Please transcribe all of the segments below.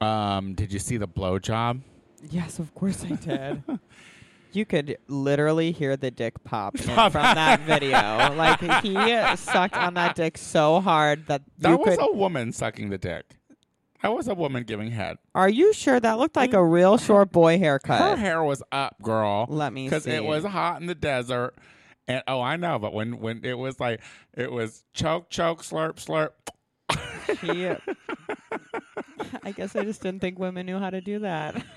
Um, did you see the blowjob? Yes, of course I did. you could literally hear the dick pop in- Pop. from that video. like he sucked on that dick so hard that That you was could. a woman sucking the dick. That was a woman giving head. Are you sure that looked like a real short boy Her haircut? hair was up, girl. Let me because it see. was hot in the desert. And oh, I know, but when when it was like it was choke, choke, slurp, slurp. He- I guess I just didn't think women knew how to do that.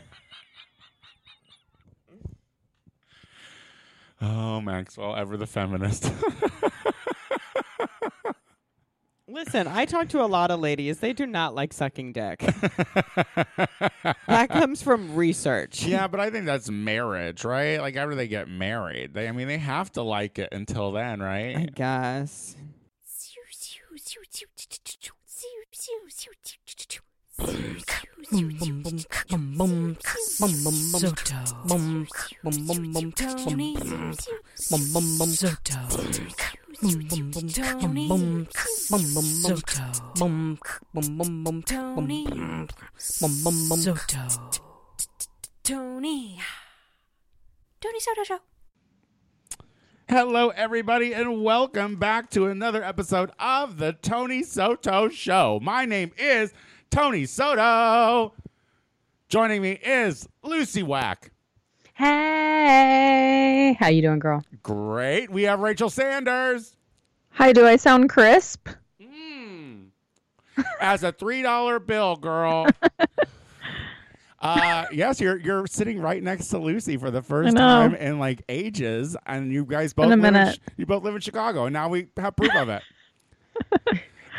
Oh, Maxwell, ever the feminist. Listen, I talk to a lot of ladies. They do not like sucking dick. that comes from research. yeah, but I think that's marriage, right? Like after they get married, they I mean they have to like it until then, I right? guess. Tony. Tony Soto Show. Hello, everybody, and welcome back to another episode of the Tony Soto Show. My name is Tony Soto. Joining me is Lucy Wack. Hey, how you doing, girl? Great. We have Rachel Sanders. Hi, do I sound crisp? Hmm. as a three dollar bill, girl. uh, yes, you're you're sitting right next to Lucy for the first know. time in like ages, and you guys both a live in minute. Ch- you both live in Chicago, and now we have proof of it.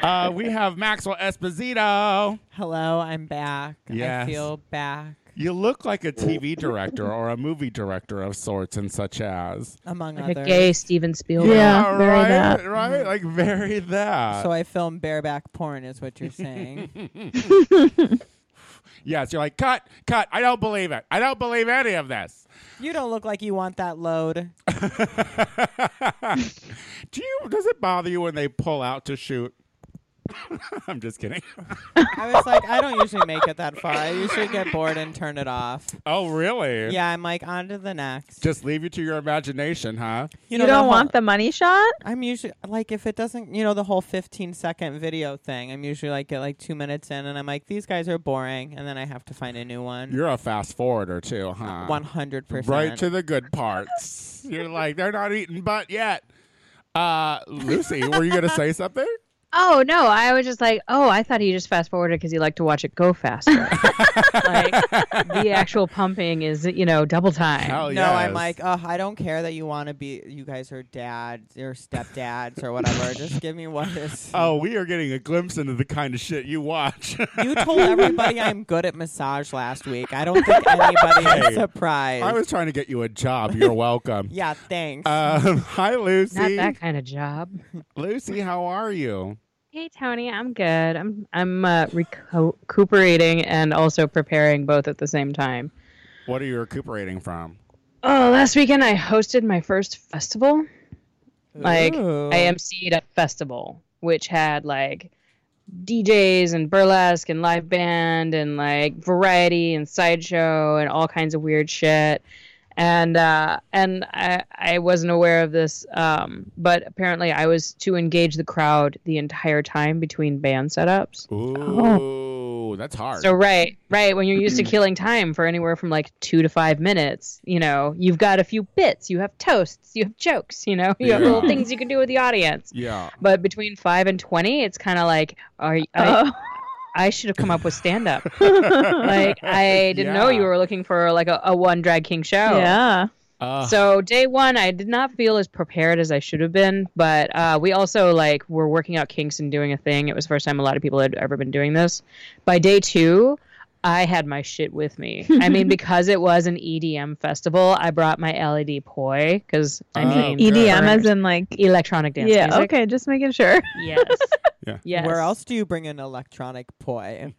uh, we have Maxwell Esposito. Hello, I'm back. Yes. I feel back, You look like a TV director or a movie director of sorts, and such as. among Like a others. gay Steven Spielberg. Yeah, very right, that. right, like very that. So I film bareback porn, is what you're saying. yes, you're like cut, cut. I don't believe it. I don't believe any of this. you don't look like you want that load. Do you? Does it bother you when they pull out to shoot? I'm just kidding. I was like, I don't usually make it that far. I usually get bored and turn it off. Oh, really? Yeah, I'm like, on to the next. Just leave you to your imagination, huh? You, know, the don't whole- want the money shot? I'm usually like, if it doesn't, you know, the whole 15 second video thing, I'm usually like, get like two minutes in and I'm like, these guys are boring. And then I have to find a new one. You're a fast forwarder too, huh? 100%. Right to the good parts. You're like they're not eating butt yet. Uh, Lucy, were you gonna say something? Oh no, I was just like, oh, I thought he just fast forwarded because he liked to watch it go faster. like the actual pumping is, you know, double time. Hell no, I'm yes. like, oh, I don't care that you want to be, you guys are dads or stepdads or whatever. Just give me what is. Oh, we are getting a glimpse into the kind of shit you watch. You told everybody I'm good at massage last week. I don't think anybody Hey, is surprised. I was trying to get you a job. You're welcome. yeah, thanks. Um, hi, Not Lucy. that kind of job. Lucy, how are you? Hey Tony, I'm good. I'm I'm uh, reco- recuperating and also preparing both at the same time. What are you recuperating from? Oh, last weekend I hosted my first festival. Like Ooh. I emceed a festival which had like DJs and burlesque and live band and like variety and sideshow and all kinds of weird shit. And uh, and I I wasn't aware of this, um, but apparently I was to engage the crowd the entire time between band setups. Ooh, that's hard. So right, right. When you're used to killing time for anywhere from like two to five minutes, you know, you've got a few bits, you have toasts, you have jokes, you know, you have Yeah. little things you can do with the audience. yeah. But between five and twenty, it's kind of like, are y- I, I should have come up with stand up. like I didn't know Yeah. you were looking for like a, a one drag king show. Yeah. Uh, So day one, I did not feel as prepared as I should have been, but uh, we also like were working out kinks and doing a thing. It was the first time a lot of people had ever been doing this. By day two, I had my shit with me. I mean, because it was an EDM festival, I brought my E LED poi because I Oh, mean good. EDM burnt E as in like electronic dance Yeah, music. okay, just making sure. Yes. Yeah. Yes. Where else do you bring an electronic poi?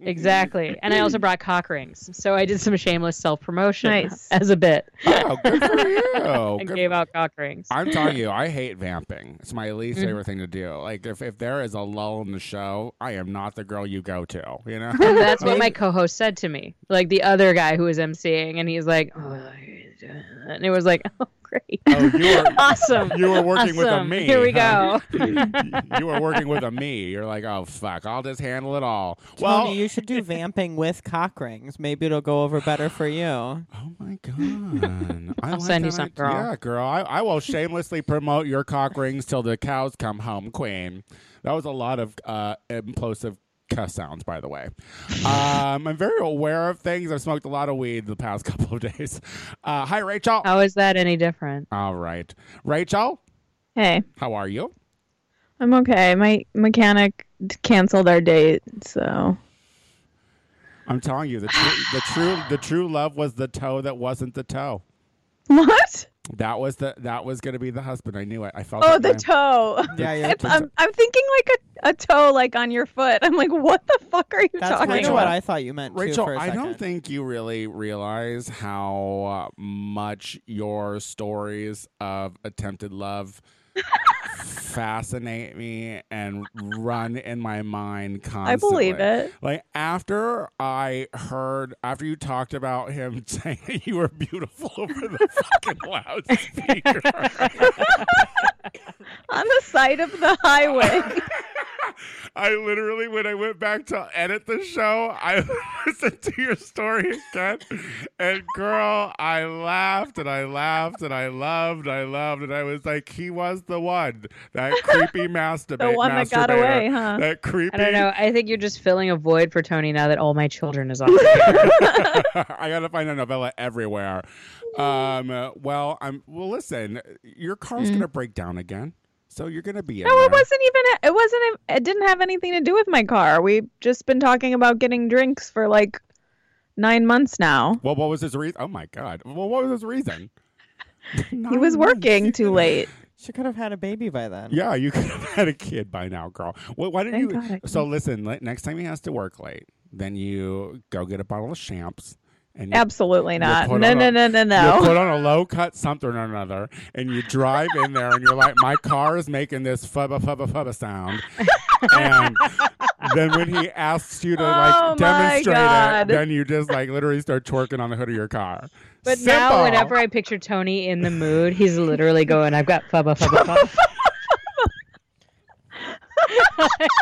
Exactly. And I also brought cock rings. So I did some shameless self promotion Nice. as a bit. Oh, good for you. and Oh, Good gave out cock rings. I'm telling you, I hate vamping. It's my least Mm-hmm. favorite thing to do. Like, if, if there is a lull in the show, I am not the girl you go to. You know, And that's what my co-host said to me. Like the other guy who was emceeing, and he's like, oh, and it was like, oh great, Oh, you were- awesome. you were working with a awesome. me. Here we huh? go. you were working with a me. You're like, oh fuck, I'll just handle it all. well, Tony, you should do vamping with cock rings. Maybe it'll go over better for you. oh my god, I I'll like send you that some, idea. girl. Yeah, girl, I, I will shamelessly promote your cock rings till the cows come home, queen. That was a lot of uh, implosive cuss sounds, by the way. Um, I'm very aware of things. I've smoked a lot of weed the past couple of days. Uh, hi, Rachel. Oh. How is that any different? All right, Rachel, Hey, how are you? I'm okay. My mechanic d- canceled our date, so I'm telling you, the tru- the true the true love was the toe that wasn't the toe. what? That was the that was gonna be the husband. I knew it. I felt. Oh, it the my- toe. Yeah, you're I'm, I'm thinking like a, a toe, like on your foot. I'm like, what the fuck are you That's talking kind of about? what I thought you meant too. Rachel, For a I second. don't think you really realize how uh, much your stories of attempted love fascinate me and run in my mind I constantly. believe it. Like after I heard, after you talked about him saying you were beautiful over the fucking loudspeaker, On the side of the highway. I literally, when I went back to edit the show, I listened to your story again. And girl, I laughed and I laughed and I loved, I loved. And I was like, he was the one. That creepy masturbator. the one that got away, huh? That creepy. I don't know. I think you're just filling a void for Tony now that all my children is off. I gotta find a novella everywhere. Um, uh, well, I'm. Well, listen, your car's gonna break down again, so you're gonna be. In Mm. No, there. it wasn't even. It wasn't. It didn't have anything to do with my car. We've just been talking about getting drinks for like nine months now. Well, what was his reason? Oh my god. Well, what was his reason? He Mm. was working too late. she could have had a baby by then. Yeah, you could have had a kid by now, girl. Well, why don't Thank you? God I so listen, le- next time he has to work late, then you go get a bottle of champs and you, Absolutely not. put No, on no, a- no, no, you no. put on a low cut something or another, and you drive in there, and you're like, my car is making this fubba fubba fubba sound. and then when he asks you to like Oh, my demonstrate it, God. then you just like literally start twerking on the hood of your car. But Simple. now, whenever I picture Tony in the mood, he's literally going, "I've got fubba fubba fubba."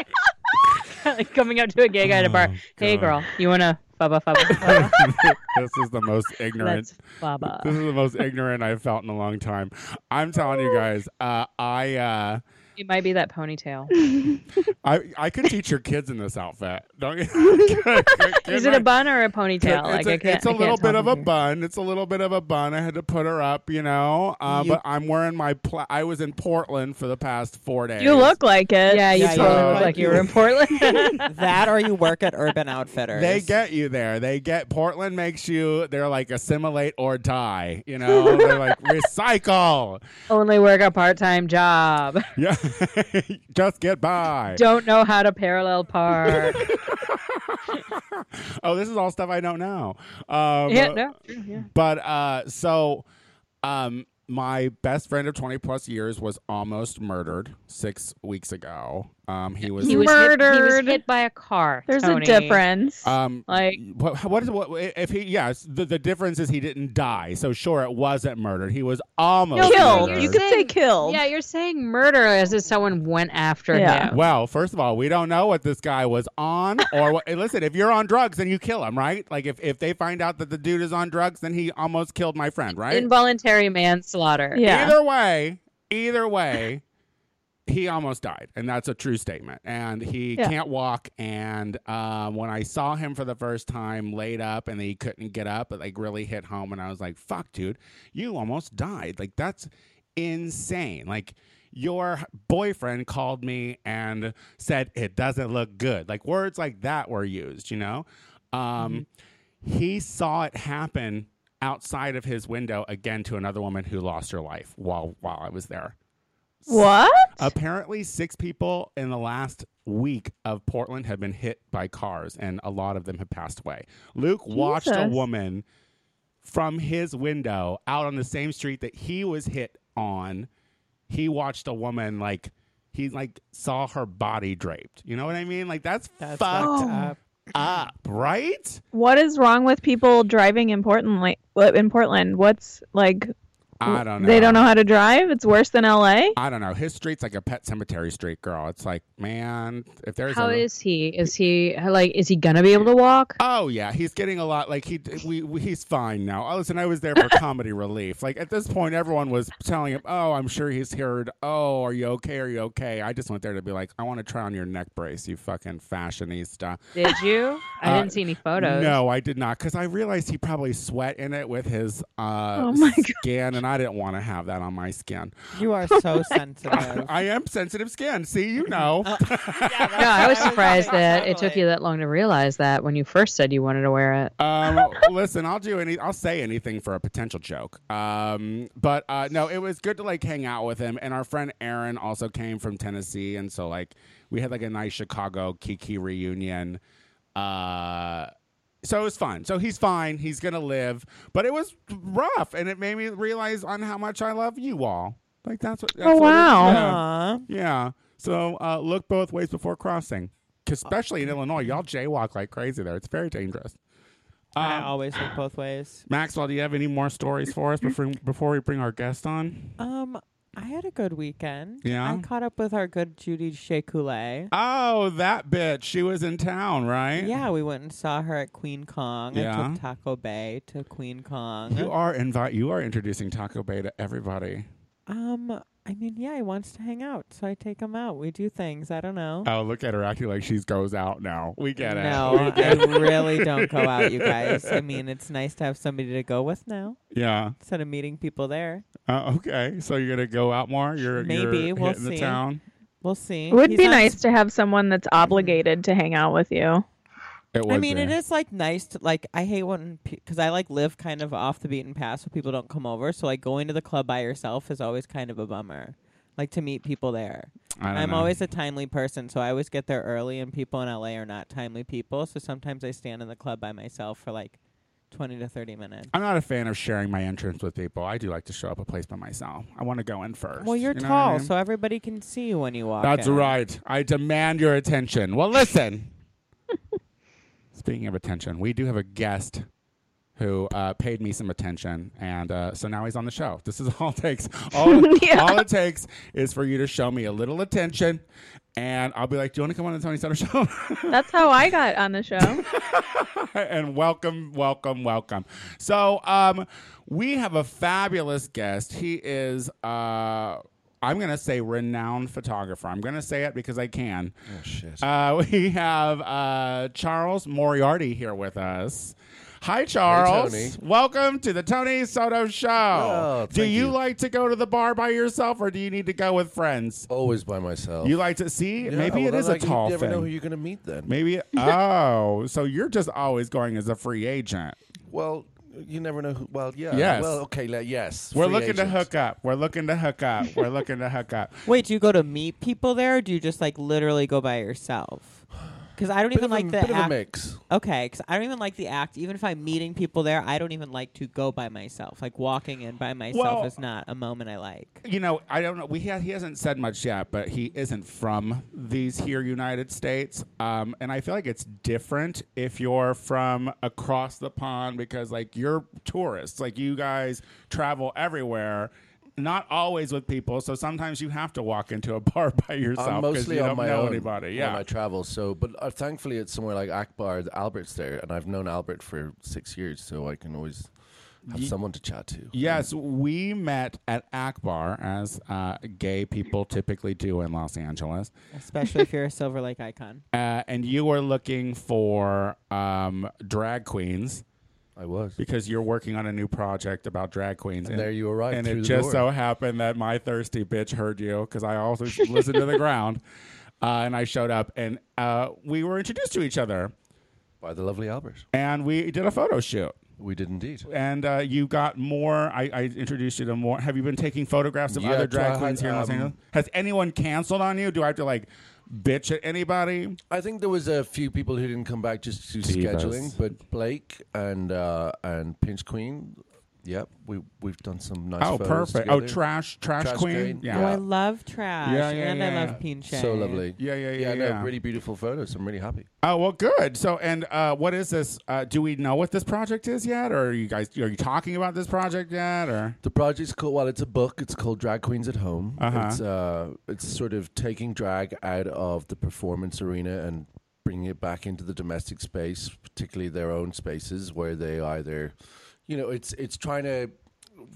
like coming up to a gay guy at a bar. Oh, hey, God. girl, you wanna fubba fubba? fubba? this is the most ignorant. That's fubba. This is the most ignorant I've felt in a long time. I'm telling Oh. you guys, uh, I, uh, It might be that ponytail. I I could teach your kids in this outfit. Don't you? Is it a bun or a ponytail? It's, like a, I can't, it's a I can't little bit tell of a from here. bun. It's a little bit of a bun. I had to put her up, you know. Uh, You- but I'm wearing my. Pla- I was in Portland for the past four days. You look like it. Yeah, you Yeah, totally yeah. look like you were in Portland. That or you work at Urban Outfitters. They get you there. They get Portland makes you. They're like assimilate or die. You know. they're like recycle. Only work a part-time job. Yeah. Just get by. Don't know how to parallel park. oh, this is all stuff I don't know. Um, yeah, no, true, yeah. But uh, so, um, my best friend of twenty plus years was almost murdered six weeks ago. Um, he was. He was hit- he was Murdered. hit, by a car. There's Tony. a difference. um, Like what, what is what if he? Yes, the, the difference is he didn't die. So sure, it wasn't murdered. He was almost No, killed. murdered. You could say Saying- killed. Yeah, you're saying murder as if someone went after Yeah. him. Well, first of all, we don't know what this guy was on or what. hey, listen, if you're on drugs, then you kill him, right? Like if, if they find out that the dude is on drugs, then he almost killed my friend, right? Involuntary manslaughter. Yeah. Either way, either way, he almost died, and that's a true statement. And he Yeah. can't walk. And um, when I saw him for the first time, laid up, and he couldn't get up, it like really hit home. And I was like, "Fuck, dude, you almost died. Like that's insane. Like." Your boyfriend called me and said it doesn't look good. Like words like that were used, you know? Um, He saw it happen outside of his window again to another woman who lost her life while while I was there. What? Apparently, six people in the last week of Portland have been hit by cars, and a lot of them have passed away. Luke watched a Jesus. woman from his window out on the same street that he was hit on. He watched a woman like he like saw her body draped. You know what I mean? Like that's, That's fucked fucked Oh. up. up, right? What is wrong with people driving in Portland? Like what- in Portland, what's like I don't know. they don't know how to drive? It's worse than L.A. I don't know. His street's like a pet cemetery street, girl. It's like, man, if there's How a is he? Is he like? Is he gonna be able to walk? Oh yeah, he's getting a lot. Like he, we, we he's fine now. Oh, listen, I was there for comedy relief. Like at this point, everyone was telling him, "Oh, I'm sure he's heard. Oh, are you okay? Are you okay?" I just went there to be like, "I want to try on your neck brace, you fucking fashionista." Did you? I Uh, didn't see any photos. No, I did not, because I realized he probably sweat in it with his uh, Oh my God. skin, and I didn't want to have that on my skin. You are so sensitive. I am sensitive skin. See, you know. Uh, No, I was surprised that it took you that long to realize that when you first said you wanted to wear it. Um, listen, I'll do any. I'll say anything for a potential joke. Um, but uh, no, it was good to like hang out with him. And our friend Aaron also came from Tennessee, and so like we had like a nice Chicago Kiki reunion. Uh, so it was fun. So he's fine. He's gonna live. But it was rough, and it made me realize on how much I love you all. Like that's what. That's Oh, what it- wow. yeah. Aw. Yeah. So uh, look both ways before crossing, 'Cause Oh. especially in Illinois. Y'all jaywalk like crazy there. It's very dangerous. I Um, always look both ways. Maxwell, do you have any more stories for us before before we bring our guest on? Um, I had a good weekend. Yeah? I caught up with our good Judy Shea Coulee. Oh, that bitch. She was in town, right? Yeah, we went and saw her at Queen Kong. I Yeah. took Taco Bay to Queen Kong. You are invite you are introducing Taco Bay to everybody. Um, I mean, yeah, he wants to hang out, so I take him out. We do things. I don't know. Oh, look at her acting like she goes out now. We get it. no, We I get it. really don't go out, you guys. I mean, it's nice to have somebody to go with now Yeah. instead of meeting people there. Uh, okay. So you're gonna go out more? You're Maybe. you're We'll hitting the see. town. We'll see. It would He's be on nice to have someone that's Mm-hmm. obligated to hang out with you. It I would mean, be. it is like nice to like. I hate when because I like live kind of off the beaten path, so people don't come over. So like going to the club by yourself is always kind of a bummer. Like to meet people there. I don't I'm know. always a timely person, so I always get there early, and people in LA are not timely people. So sometimes I stand in the club by myself for like twenty to thirty minutes. I'm not a fan of sharing my entrance with people. I do like to show up a place by myself. I want to go in first. Well, you're You know what I tall, mean? so everybody can see you when you walk. That's in. right. I demand your attention. Well, listen. Speaking of attention, we do have a guest who uh, paid me some attention, and uh, so now he's on the show. This is all it takes. All, Yeah. all it takes is for you to show me a little attention, and I'll be like, "Do you want to come on the Tony Sutter Show?" That's how I got on the show. and welcome, welcome, welcome. So, um, we have a fabulous guest. He is, uh, I'm going to say, renowned photographer. I'm going to say it because I can. Oh shit. Uh, we have uh, Charles Moriarty here with us. Hi, Charles. Tony. Welcome to the Tony Soto Show. Oh, do thank you, you. like to go to the bar by yourself, or do you need to go with friends? Always by myself. You like to see? Oh. Yeah, oh, maybe well, it I is like- a tall You never thing. know who you're going to meet then. Maybe oh, so you're just always going as a free agent. Well, you never know who. Well, yeah. Yes. Well, okay. Like, yes. We're free looking to agent. hook up. We're looking to hook up. We're looking to hook up. Wait, do you go to meet people there, or do you just like literally go by yourself? Because I don't Bit even of a, like the bit of a act. mix. Okay, because I don't even like the act. Even if I'm meeting people there, I don't even like to go by myself. Like walking in by myself Well- is not a moment I like. You know, I don't know. We ha- he hasn't said much yet, but he isn't from these here United States, um, and I feel like it's different if you're from across the pond because like you're tourists, like you guys travel everywhere. Not always with people, so sometimes you have to walk into a bar by yourself I'm because mostly you on don't my know own anybody. on Yeah, my travels. So, but uh, thankfully, it's somewhere like Akbar. the Albert's there, and I've known Albert for six years, so I can always have someone to chat to. Yes, we met at Akbar, as uh, gay people typically do in Los Angeles. Especially if you're a Silver Lake icon. Uh, and you were looking for um, drag queens I was. because you're working on a new project about drag queens. And there you arrived And through it the just door. so happened that my thirsty bitch heard you because I also listened to the ground. Uh, and I showed up, and uh, we were introduced to each other, By the lovely Albert. and we did a photo shoot. We did indeed. and uh, you got more. I, I introduced you to more. Have you been taking photographs of Yeah, other drag I queens here in Los had, um, Angeles? Has anyone canceled on you? Do I have to like bitch at anybody? I think there was a few people who didn't come back just to Divas. scheduling, but Blake and uh, and Pinch Queen. Yep, we we've done some nice. oh, photos perfect. together. Oh, trash, trash, Trash queen. queen, Yeah. Oh, I yeah. love trash. Yeah, yeah, and yeah, I yeah. love Peen Shade. So lovely. Yeah, yeah, yeah, no, yeah. really beautiful photos. I'm really happy. Oh well, good. So, and uh, what is this? Uh, do we know what this project is yet, or are you guys are you talking about this project yet, or? The project's called. Well, it's a book. It's called Drag Queens at Home. Uh-huh. It's uh, it's sort of taking drag out of the performance arena and bringing it back into the domestic space, particularly their own spaces where they either, you know, it's it's trying to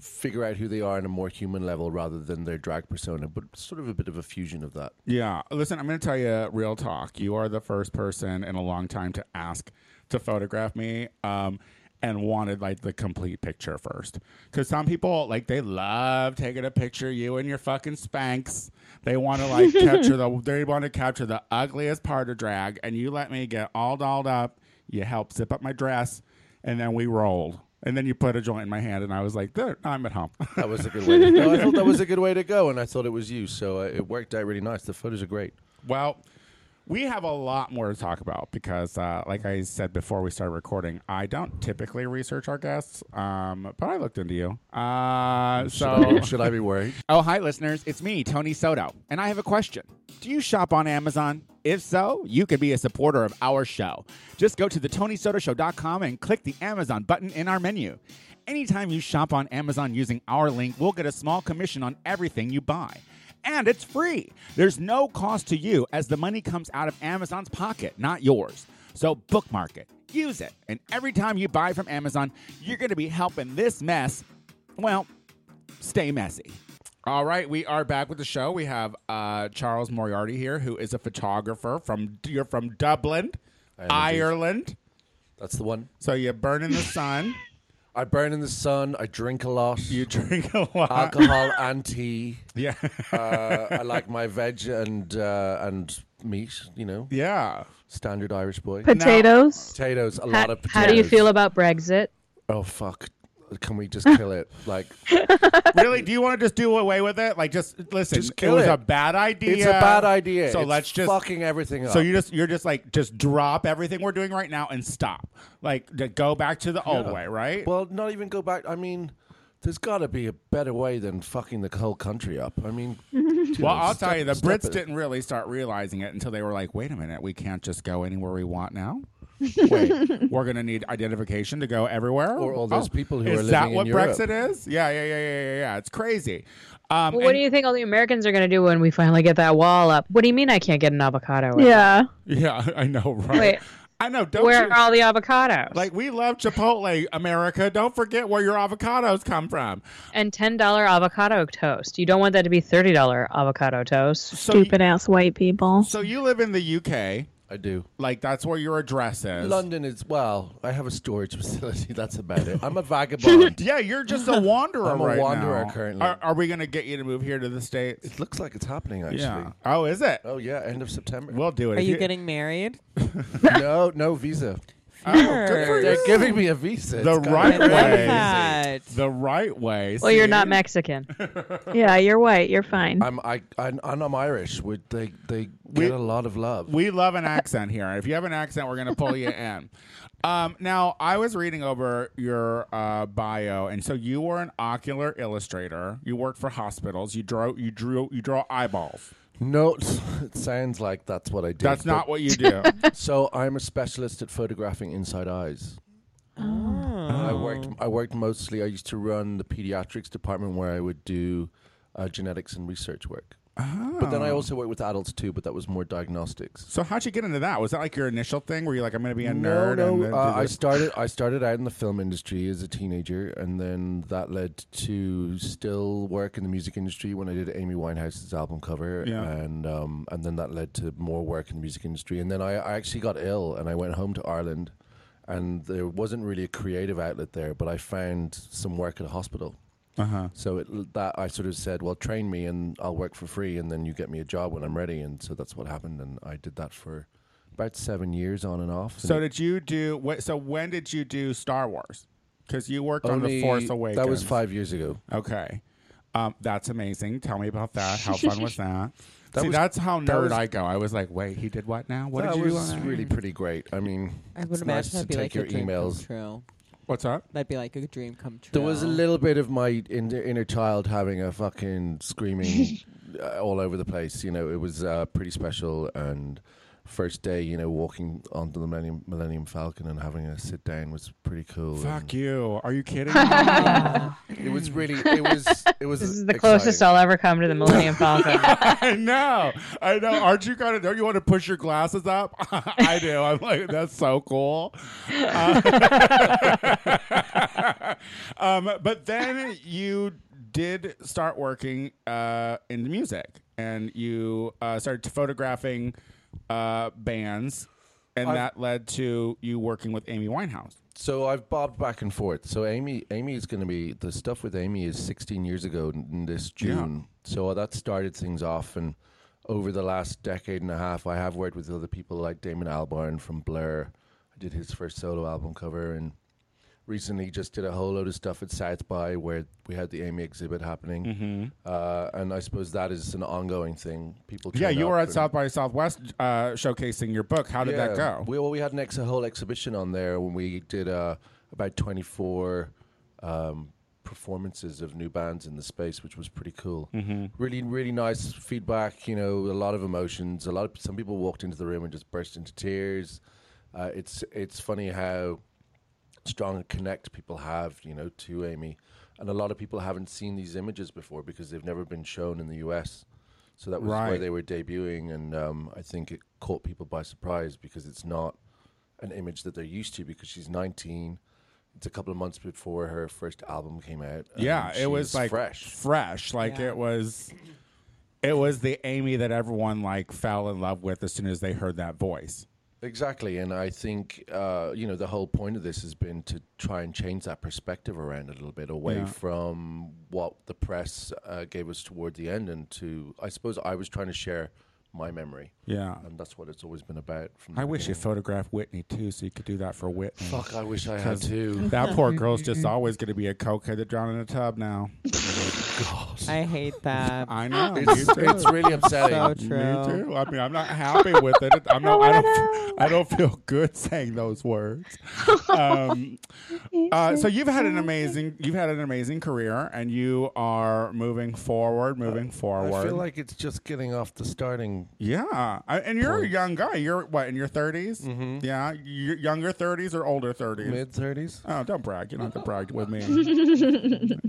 figure out who they are on a more human level rather than their drag persona, but sort of a bit of a fusion of that. Yeah. Listen, I'm going to tell you real talk. You are the first person in a long time to ask to photograph me um, and wanted like the complete picture first. Because some people, like, they love taking a picture of you and your fucking Spanx. They want to like capture the, they want to capture the ugliest part of drag. And you let me get all dolled up. You helped zip up my dress. And then we rolled. And then you put a joint in my hand. And I was like, there, I'm at home. That was a good way. To go. I thought that was a good way to go, and I thought it was you, so uh, it worked out really nice. The photos are great. Well, we have a lot more to talk about because, uh, like I said before we started recording, I don't typically research our guests, um, but I looked into you. Uh, so, Should I be worried? oh, hi, listeners. It's me, Tony Soto, and I have a question. Do you shop on Amazon? If so, you could be a supporter of our show. Just go to thetonysotoshow.com and click the Amazon button in our menu. Anytime you shop on Amazon using our link, we'll get a small commission on everything you buy. And it's free. There's no cost to you as the money comes out of Amazon's pocket, not yours. So bookmark it, use it, and every time you buy from Amazon, you're going to be helping this mess, well, stay messy. All right, we are back with the show. We have uh, Charles Moriarty here, who is a photographer from you're from Dublin, I am indeed. Ireland. That's the one. So you burn in the sun, I burn in the sun. I drink a lot. you drink a lot. Uh, alcohol and tea. yeah, Uh, I like my veg and uh, and meat. You know, yeah. standard Irish boy. Potatoes. Potatoes, a How- lot of potatoes. how How do you feel about Brexit? Oh fuck! Can we just kill it? Like Really? Do you want to just do away with it? Like, just listen. Just it kill was it. a bad idea. it's a bad idea. So It's let's just fucking everything up. So you just you're just like just drop everything we're doing right now and stop. Like to go back to the old way, right? well, not even go back. I mean. There's got to be a better way than fucking the whole country up. I mean, you know, Well, I'll step- tell you, the step Brits it. didn't really start realizing it until they were like, wait a minute, we can't just go anywhere we want now. wait, we're going to need identification to go everywhere. Oh, Or all those people who is are that living in what Europe. Brexit is? Yeah, yeah, yeah, yeah, yeah. yeah. It's crazy. Um, Well, what and- do you think all the Americans are going to do when we finally get that wall up? What do you mean I can't get an avocado? in? Yeah. yeah, I know, right? Wait. I know. Don't Where you- are all the avocados? like we love Chipotle, America. Don't forget where your avocados come from. and ten dollar avocado toast. You don't want that to be thirty dollar avocado toast. So, Stupid you, ass white people. so you live in the UK, I do. like that's where your address is. London is well. I have a storage facility. That's about it. I'm a vagabond. Yeah, you're just a wanderer. I'm a right wanderer now. currently. Are, are we going to get you to move here to the states? it looks like it's happening actually. Yeah. Oh, is it? Oh yeah, end of September. We'll do it. Are If you getting married? no, no visa. Oh, good for Sure. you. They're giving me a visa. It's The kinda I right love way. crazy. that. the right way? Well, you're not see? Mexican. Yeah, you're white. You're fine. I'm I I'm, and I'm Irish. We, they they We- get a lot of love. We love an accent here. If you have an accent, we're going to pull you in. Um, now, I was reading over your uh, bio, and so you were an ocular illustrator. You worked for hospitals. You drew. You drew. You draw eyeballs. no, it sounds like that's what I do. That's not what you do. So I'm a specialist at photographing inside eyes. I worked. I worked mostly. I used to run the pediatrics department where I would do uh, genetics and research work. But Ah. then I also worked with adults too. But that was more diagnostics. Oh. so, how'd you get into that? Was that like your initial thing? Where you're like, I'm going to be a No, nerd? and no. then uh, do I this? started. I started out in the film industry as a teenager, and then that led to still work in the music industry when I did Amy Winehouse's album cover, Yeah. and um, and then that led to more work in the music industry, and then I, I actually got ill, and I went home to Ireland, and there wasn't really a creative outlet there, but I found some work at a hospital. Uh-huh. So it, that I sort of said, well, train me and I'll work for free, and then you get me a job when I'm ready. And so that's what happened, and I did that for about seven years on and off. and So did you do? Wh- so when did you do Star Wars? because you worked on the Only- Force Awakens. That was five years ago. Okay, um, that's amazing. Tell me about that. How fun was that? That See, was- that's how nerd was- I go. I was like, wait, he did what now? What that did you do? was on that? really pretty great. I mean, I would it's imagine nice to that'd be take like your a dream emails. come true. What's up? That'd be like a dream come true. There was a little bit of my inner, inner child having a fucking screaming uh, all over the place. You know, it was uh, pretty special. And first day, you know, walking onto the Millennium, Millennium Falcon and having a sit down was pretty cool. Fuck and you. Are you kidding? me? It was really. It was. It was. This is the closest I'll ever come to the Millennium Falcon. I know. I know. Aren't you kind of? Don't you want to push your glasses up? I do. I'm like, that's so cool. Uh, um, but then you did start working uh, in the music, and you uh, started photographing uh, bands, and I've- that led to you working with Amy Winehouse. So I've bobbed back and forth. So Amy, Amy is going to be the stuff with Amy is 16 years ago n- n- this June. So that started things off, and over the last decade and a half, I have worked with other people like Damon Albarn from Blur. I did his first solo album cover, and recently just did a whole load of stuff at South by where we had the Amy exhibit happening. Mm-hmm. Uh, and I suppose that is an ongoing thing. People, Yeah, turn you up were at and- South by Southwest uh, showcasing your book. How did that go? we, well, we had an ex- a whole exhibition on there when we did uh, about 24 um, performances of new bands in the space, which was pretty cool. Mm-hmm. Really, really nice feedback. You know, a lot of emotions. A lot of some people walked into the room and just burst into tears. Uh, it's it's funny how strong a connect people have, you know, to Amy, and a lot of people haven't seen these images before because they've never been shown in the U.S. So that was Right. where they were debuting, and um, I think it caught people by surprise because it's not an image that they're used to because she's 19. It's a couple of months before her first album came out. and Yeah, it was she's like fresh. fresh. Like Yeah. it was, it was the Amy that everyone like fell in love with as soon as they heard that voice. Exactly, and I think uh, you know the whole point of this has been to try and change that perspective around a little bit, away Yeah. from what the press uh, gave us toward the end, and to I suppose I was trying to share my memory, Yeah, and that's what it's always been about. From the I wish you beginning. photographed Whitney too, so you could do that for Whitney. Fuck, I wish I had 'Cause too. That poor girl's just always going to be a cokehead that drowned in a tub now. I hate that. I know. me It's, too. it's really so Me upsetting. true. too. I mean, I'm not happy with it. I'm not. I don't. I don't feel good saying those words. Um, uh, so you've had an amazing. You've had an amazing career, and you are moving forward. Moving forward. I feel like it's just getting off the starting. yeah, I, and you're a young guy. You're what in your 30s? Yeah, you younger 30s or older 30s? Mm-hmm. Mid thirties. Oh, don't brag. You don't have to brag with me.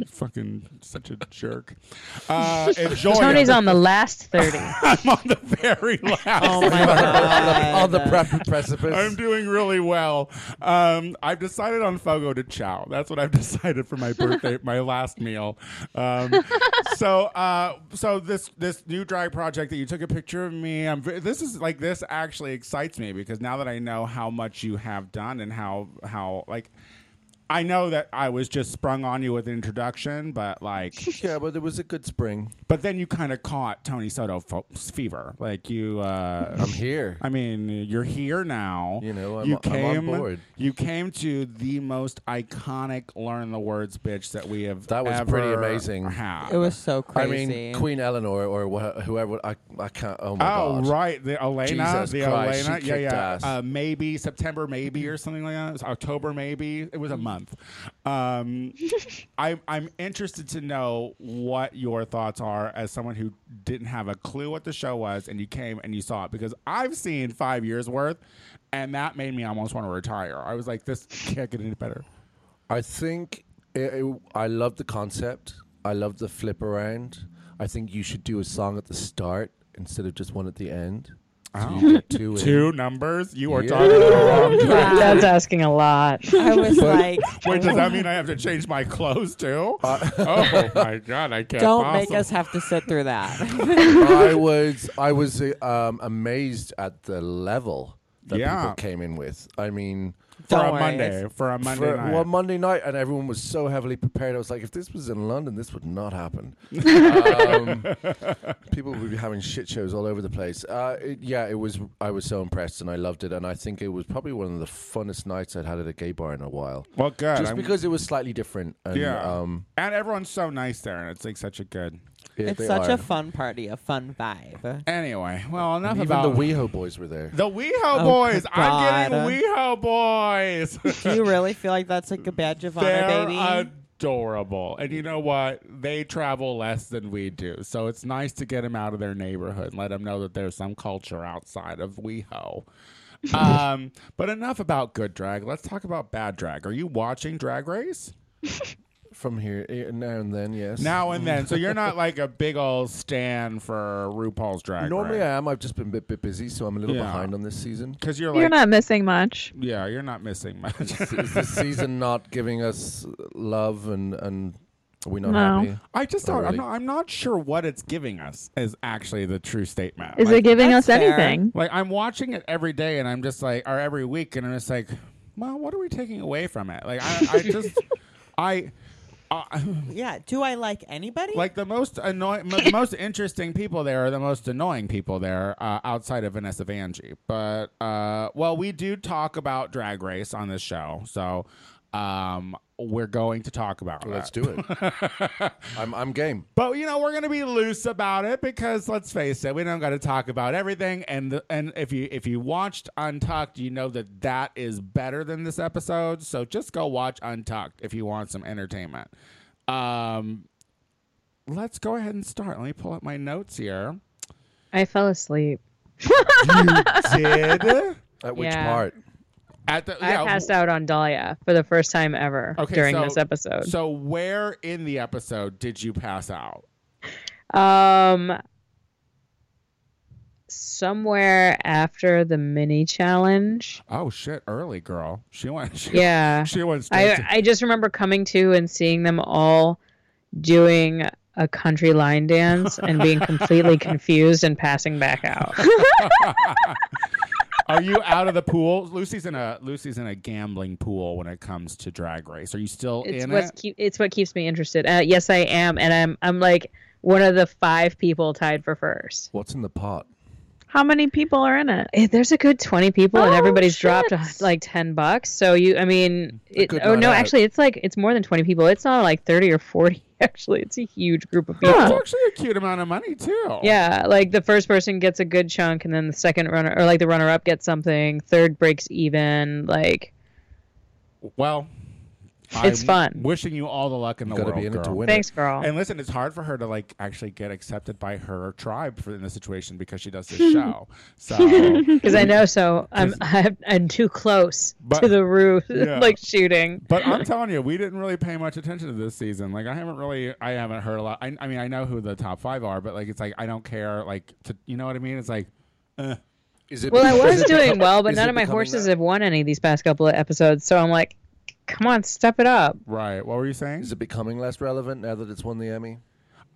Fucking such a jerk. Uh, enjoy. Tony's it. on the last 30. I'm on the very last. Oh my god. on the pre- precipice. I'm doing really well. Um, I've decided on Fogo de Chao. That's what I've decided for my birthday, my last meal. Um, so, uh, so this this new drag project that you took a picture of me. I'm, ve- this is like this actually excites me because now that I know how much you have done and how how like. I know that I was just sprung on you with an introduction, but like, yeah, but it was a good spring. but then you kind of caught Tony Soto fo- fever. Like you, uh, I'm here. I mean, you're here now. You know, I'm- I'm on board. You came to the most iconic "Learn the Words" bitch that we have. That was ever pretty amazing. had. It was so crazy. I mean, Queen Eleanor or wha- whoever. I, I can't. Oh my Oh god. right, the Elena, Jesus the Christ, Elena, she yeah, yeah, kicked ass. Mm-hmm. uh, maybe September, maybe or something like that. It was October, maybe it was a month. Um, I'm I'm interested to know what your thoughts are as someone who didn't have a clue what the show was, and you came and you saw it because I've seen five years worth, and that made me almost want to retire. I was like, this can't get any better. I think it, it- I love the concept. I love the flip around. I think you should do a song at the start instead of just one at the end. So you get two. in. Oh. Two numbers. You are Yeah. talking. to the wrong person. That's asking a lot. I was like, Wait, does that mean I have to change my clothes too? oh my god, I can't. don't make possibly- us have to sit through that. I was I was uh, um, amazed at the level that Yeah. people came in with. I mean, for Don't a worry, Monday it's- for a Monday for night. one Monday night, and everyone was so heavily prepared. I was like, if this was in London, this would not happen. um, people would be having shit shows all over the place. Uh, it, yeah, it was. I was so impressed, and I loved it. And I think it was probably one of the funnest nights I'd had at a gay bar in a while. well, good. Just I'm- because it was slightly different. And, yeah, Um, and everyone's so nice there, and it's like such a good. yeah, it's they such are. a fun party, a fun vibe. Anyway, well, enough Even about the WeHo boys were there. The WeHo good boys. I'm God. getting WeHo boys. Do you really feel like that's like a badge of honor, They're baby? adorable. And you know what? They travel less than we do. So it's nice to get them out of their neighborhood and let them know that there's some culture outside of WeHo. um, but enough about good drag. Let's talk about bad drag. Are you watching Drag Race? From here, eh, now and then, yes. Now and then. So you're not like a big old stand for RuPaul's Drag Normally Race. I am. I've just been a bit, bit busy, so I'm a little Yeah. behind on this season. Because you're like, You're not missing much. yeah, you're not missing much. Is is this season not giving us love and and are we not No. happy? I just Oh, don't. I'm really? not, I'm not sure what it's giving us is actually the true statement. Is Like- it giving us That's fair. anything? like I'm watching it every day, and I'm just like, or every week, and I'm just like, well, what are we taking away from it? Like, I, I just, I, uh, I, yeah. Do I like anybody? like the most annoying, the most interesting people there are the most annoying people there uh, outside of Vanessa Vanjie. But uh, well, we do talk about Drag Race on this show, so um, we're going to talk about Let's that. do it. I'm I'm game. But you know we're gonna be loose about it because let's face it, we don't got to talk about everything. And the, and if you if you watched Untucked, you know that that is better than this episode. So just go watch Untucked if you want some entertainment. Um, let's go ahead and start. Let me pull up my notes here. I fell asleep. Did At which Yeah. part? at the I passed out on Dahlia for the first time ever Okay, during so- this episode. So where in the episode did you pass out? Um, somewhere after the mini challenge. Oh shit, early girl. She went. She, Yeah, She went straight. I to- I just remember coming to and seeing them all doing a country line dance and being completely confused and passing back out. Are you out of the pool? Lucy's in a Lucy's in a gambling pool when it comes to drag race. Are you still It's in what's it? keep, it's what keeps me interested. Uh, yes, I am, and I'm I'm like one of the five people tied for first. What's in the pot? How many people are in it? Eh, There's a good twenty people, and Oh, everybody's dropped uh, shit. like ten bucks. So you, I mean, it, Hmm. good oh night no, out. actually, it's like it's more than twenty people. It's not like thirty or forty. Actually, it's a huge group of people. It's actually a cute amount of money too. Yeah, like the first person gets a good chunk, and then the second runner, or like the runner-up gets something. Third breaks even. Like, Well, It's fun. Wishing you all the luck in the Got to world, be in girl. it to win. it. thanks, girl. And listen, it's hard for her to like actually get accepted by her tribe for in this situation because she does this show. So Because I know so. I'm I'm, I'm too close But- to the roof, Yeah. like shooting. But I'm telling you, we didn't really pay much attention to this season. Like, I haven't really, I haven't heard a lot. I, I mean, I know who the top five are, but like, it's like I don't care. Like, to, you know what I mean? It's like, eh. Is it? Well, I is was it doing become- well, but is none it of my becoming horses that? have won any these past couple of episodes. So I'm like, come on, step it up. right? What were you saying? Is it becoming less relevant now that it's won the Emmy?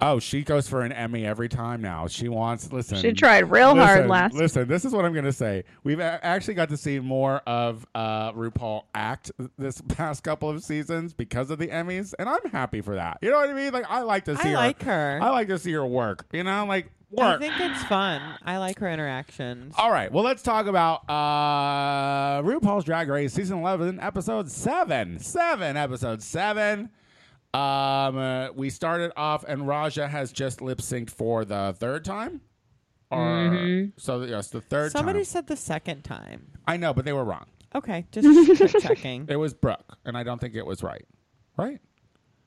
Oh, she goes for an Emmy every time now. She wants listen. She tried real listen, hard last. Listen, this is what I'm going to say. We've a- actually got to see more of uh, RuPaul act this past couple of seasons because of the Emmys, and I'm happy for that. You know what I mean? Like I like to see I her. like her. I like to see her work. You know, like I work. think it's fun. I like her interactions. All right. Well, let's talk about uh, RuPaul's Drag Race season eleven, episode seven. Seven episode seven. Um, uh, we started off, and Raja has just lip synced for the third time. Or, So yes, the third Somebody time. said the second time. I know, but they were wrong. Okay, just check- checking. It was Brooke, and I don't think it was right. Right?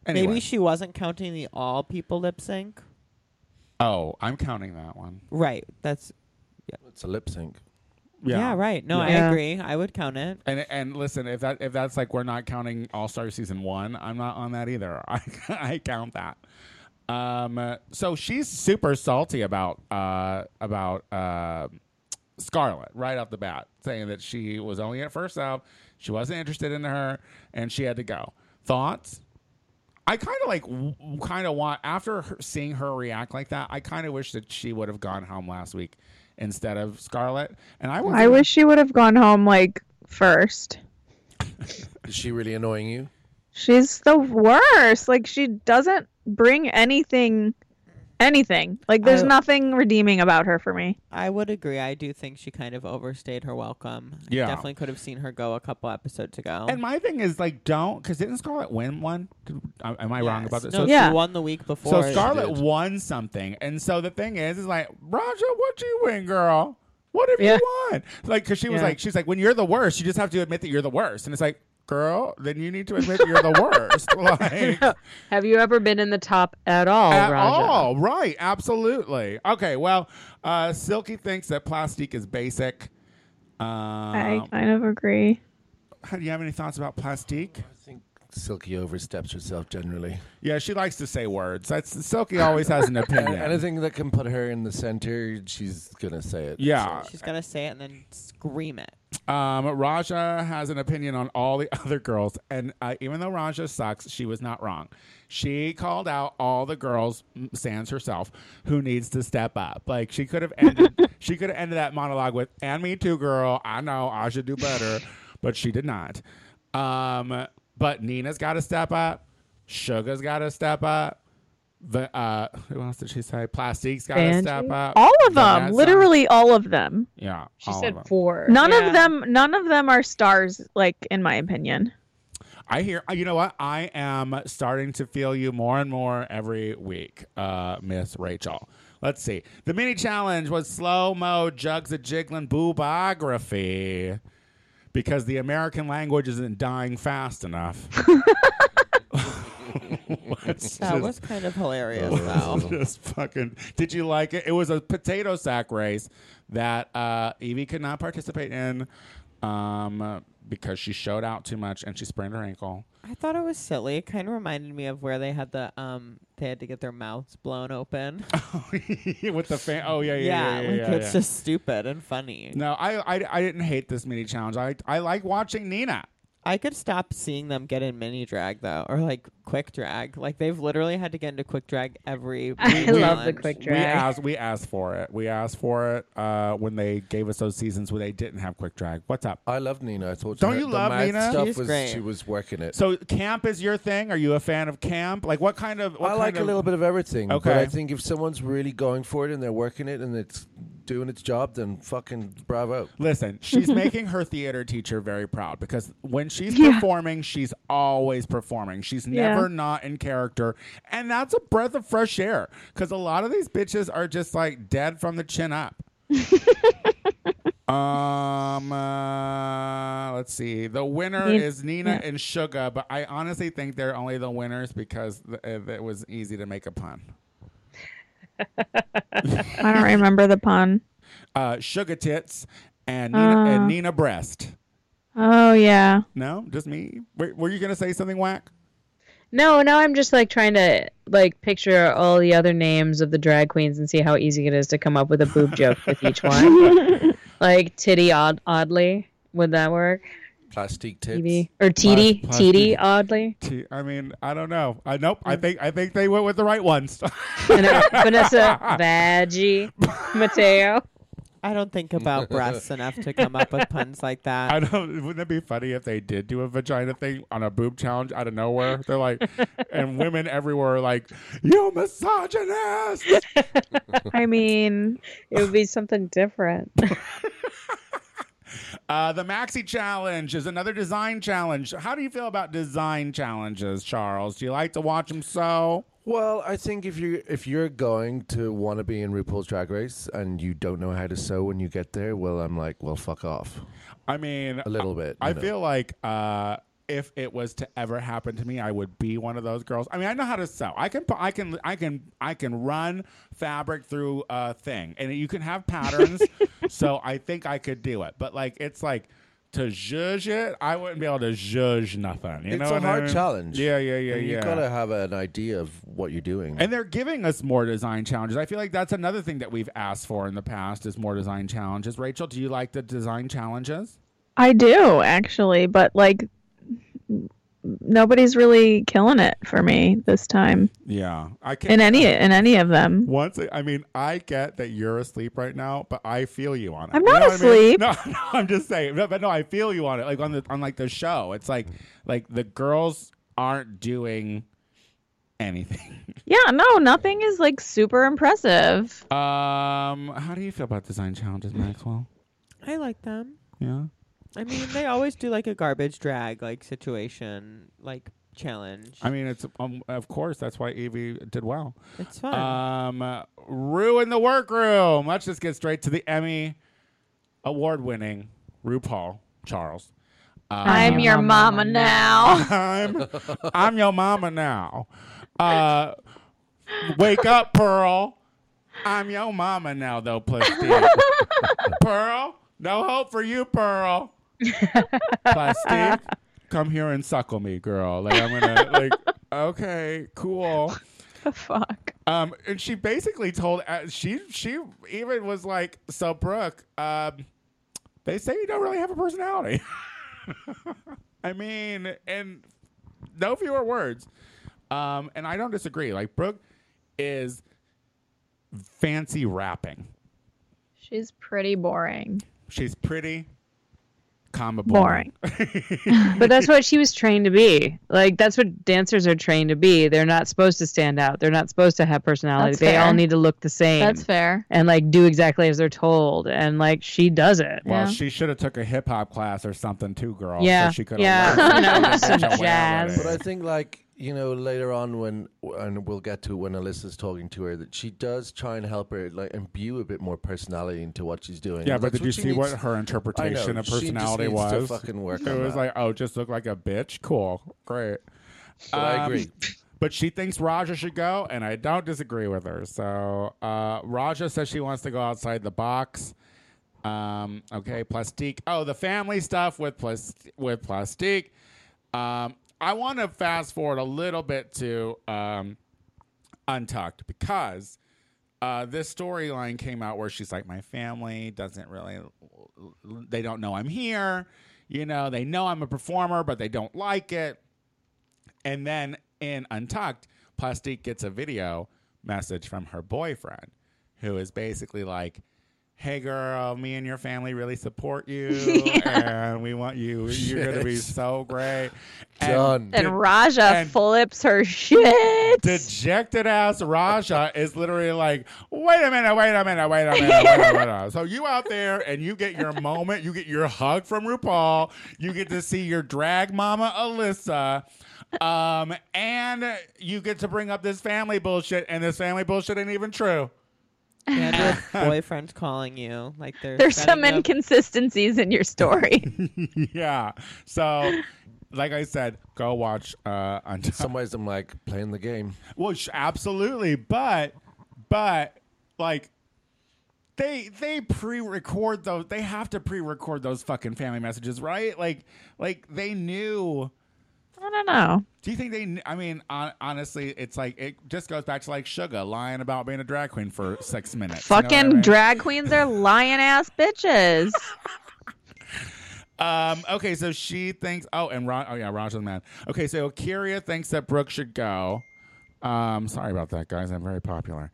Anyway. Maybe she wasn't counting the all people lip sync. oh, I'm counting that one. Right. That's It's a lip sync. yeah. right. No, Yeah. I agree. I would count it. And and listen, if that if that's like we're not counting All Star Season One, I'm not on that either. I I count that. Um, uh, so she's super salty about uh about uh Scarlet right off the bat, saying that she was only at first up, she wasn't interested in her, and she had to go. Thoughts? I kind of like, kind of want after her, seeing her react like that. I kind of wish that she would have gone home last week instead of Scarlet. And I was I wish she would have gone home like first. Is she really annoying you? She's the worst. Like she doesn't bring anything anything. Like there's I- nothing redeeming about her for me. I would agree. I do think she kind of overstayed her welcome. I Yeah. definitely could have seen her go a couple episodes ago. And my thing is like, don't because didn't Scarlett win one? Did- Am am I wrong Yes. about this? No, So- she Yeah. won the week before. So Scarlett did. won something, and so the thing is, is like, Raja, what you win, girl? What have Yeah. you won? Like, because she was Yeah. like, she's like, when you're the worst, you just have to admit that you're the worst, and it's like, girl, then you need to admit you're the worst, like Have you ever been in the top at all, Uh, at Oh, Raja? all, right? Absolutely. Okay. Well, uh, Silky thinks that plastique is basic. I Um, kind of agree. how- do you have any thoughts about plastique? I think Silky oversteps herself generally. Yeah, she likes to say words. That's Silky always has an opinion. Anything that can put her in the center, she's gonna say it. yeah, She's gonna say it and then scream it. Um, Raja has an opinion on all the other girls, and uh, even though Raja sucks, she was not wrong. She called out all the girls, m- sans herself, who needs to step up. Like she could have ended, she could have ended that monologue with "And me too, girl. I know I should do better," but she did not. Um, but Nina's got to step up. Sugar's got to step up. The uh, who else did she say? Plastique's got to Angie? step up. All of them, Vanessa. literally all of them. Yeah, She all said of them. four. None Yeah. of them none of them are stars like in my opinion. I hear. uh, You know what? I am starting to feel you more and more every week, uh, Miss Rachel. Let's see. The mini challenge was slow mo jugs of jiggling boobography because the American language isn't dying fast enough. Let's That just- was kind of hilarious though. just fucking. Did you like it? It was a potato sack race that uh, Evie could not participate in um, because she showed out too much and she sprained her ankle. I thought it was silly. It kind of reminded me of where they had the um they had to get their mouths blown open. with the fan. Oh yeah, yeah, yeah, yeah, yeah. like yeah, it's yeah. just stupid and funny. no, I, I I didn't hate this mini challenge. I I like watching Nina. I could stop seeing them get in mini drag though, or like quick drag. Like they've literally had to get into quick drag every. I mini love the challenge. quick We drag. asked we asked for it. We asked for it uh, when they gave us those seasons where they didn't have quick drag. What's up? I love Nina. I thought Don't her- you the love mad Nina? Stuff She's was, great. She was working it. So camp is your thing. Are you a fan of camp? Like what kind of? What I like kind a little bit of everything. Okay. But I think if someone's really going for it and they're working it and it's doing its job, then fucking bravo. Listen, she's making her theater teacher very proud because when she's Yeah. performing, she's always performing. She's Yeah. never not in character. And that's a breath of fresh air because a lot of these bitches are just like dead from the chin up. um, uh, let's see. The winner Nin- is Nina yeah. and Suga, but I honestly think they're only the winners because th- uh, it it was easy to make a pun. I don't remember the pun. Uh, Suga tits and Nina, Uh. and Nina breast. Oh yeah. No, just me. Were, were you gonna say something whack? No, no, I'm just like trying to like picture all the other names of the drag queens and see how easy it is to come up with a boob joke with each one. like titty odd oddly. Would that work? Plastic tits. Maybe. Or titty Plus- plus titty titty. oddly. T- I mean, I don't know. I nope. I think I think they went with the right ones. Vanessa, Vanessa Vaggie Mateo. I don't think about breasts enough to come up with puns like that. I don't. Wouldn't it be funny if they did do a vagina thing on a boob challenge out of nowhere? They're like, and women everywhere are like, "You misogynist." I mean, It would be something different. Uh, the maxi challenge is another design challenge. How do you feel about design challenges, Charles? Do you like to watch them? So Well, I think if you if you're going to want to be in RuPaul's Drag Race and you don't know how to sew when you get there, well, I'm like, well, fuck off I mean, a little bit. I you know. feel like uh, if it was to ever happen to me, I would be one of those girls. I mean, I know how to sew. I can, pu- I can, I can, I can run fabric through a thing, and you can have patterns. so I think I could do it. But like, it's like to judge it, I wouldn't be able to judge nothing. You it's know, a what I hard mean? challenge. Yeah, yeah, yeah, And yeah. You gotta have an idea of what you're doing. And they're giving us more design challenges. I feel like that's another thing that we've asked for in the past is more design challenges. Rachel, do you like the design challenges? I do actually, but like nobody's really killing it for me this time Yeah, I can't. in any in any of them. Once I mean, I get that you're asleep right now, but I feel you on it. I'm You not know what I mean? asleep. No, no, I'm just saying. No, but no, I feel you on it. Like on the on like the show, it's like like the girls aren't doing anything. Yeah, no, nothing is like super impressive. Um, how do you feel about design challenges, Maxwell? I like them. Yeah. I mean, they always do like a garbage drag like situation, like challenge. I mean, it's um, of course that's why Evie did well. it's fun. Um, uh, ruin the workroom. Let's just get straight to the Emmy award-winning RuPaul Charles. Um, I'm your mama now. I'm I'm your mama now. Uh, wake up, Pearl. I'm your mama now, though, Plastique. Pearl, no hope for you, Pearl. Plastique, come here and suckle me, girl. Like I'm gonna like. Okay, cool. The fuck. Um, and she basically told uh, she she even was like, "So Brooke, um, they say you don't really have a personality." I mean, and no fewer words. Um, and I don't disagree. Like Brooke is fancy rapping. She's pretty boring. She's pretty, comma Boring. but that's what she was trained to be. Like that's what dancers are trained to be. They're not supposed to stand out. They're not supposed to have personality. That's they fair. all need to look the same. That's fair. and like do exactly as they're told. And like she does it. Well, Yeah. she should have took a hip hop class or something too, girl. Yeah, so she could have yeah, you know, some But I jazz. think, like you know, later on when and we'll get to when Alyssa's talking to her that she does try and help her like imbue a bit more personality into what she's doing. Yeah, but That's did you she see needs- what her I know, interpretation of she just personality needs was? to fucking work it on was that. like, oh, just look like a bitch. Cool, great. But I um, agree. But she thinks Raja should go, and I don't disagree with her. So uh, Raja says she wants to go outside the box. Um, okay, Plastique. Oh, the family stuff with plas- with Plastique. Um, I want to fast forward a little bit to um, Untucked because uh, this storyline came out where she's like, my family doesn't really, they don't know I'm here. You know, they know I'm a performer, but they don't like it. And then in Untucked, Plastique gets a video message from her boyfriend who is basically like, Hey girl, me and your family really support you, and we want you. You're gonna be Yes. so great. And Done. did- And Raja and- flips her shit. dejected ass Raja is literally like, wait a minute, wait a minute, wait a minute, wait a minute. So you out there and you get your moment, you get your hug from RuPaul, you get to see your drag mama Alyssa, um, and you get to bring up this family bullshit, and this family bullshit ain't even true. yeah, the boyfriend's calling you. Like they're There's some setting up- inconsistencies in your story. yeah. So, like I said, go watch uh, on some ways I'm like playing the game. Well, sh- absolutely, but but like they they pre-record those. They have to pre-record those fucking family messages, right? Like like they knew. I don't know. Do you think they? kn- I mean, on, honestly, it's like it just goes back to like Sugar lying about being a drag queen for six minutes. you know what I Fucking mean? drag queens are lying ass bitches. Um, okay, so she thinks. Oh, and Ron. Oh, yeah, Raja's mad. Okay, so Kyria thinks that Brooke should go. Um, sorry about that, guys. I'm very popular.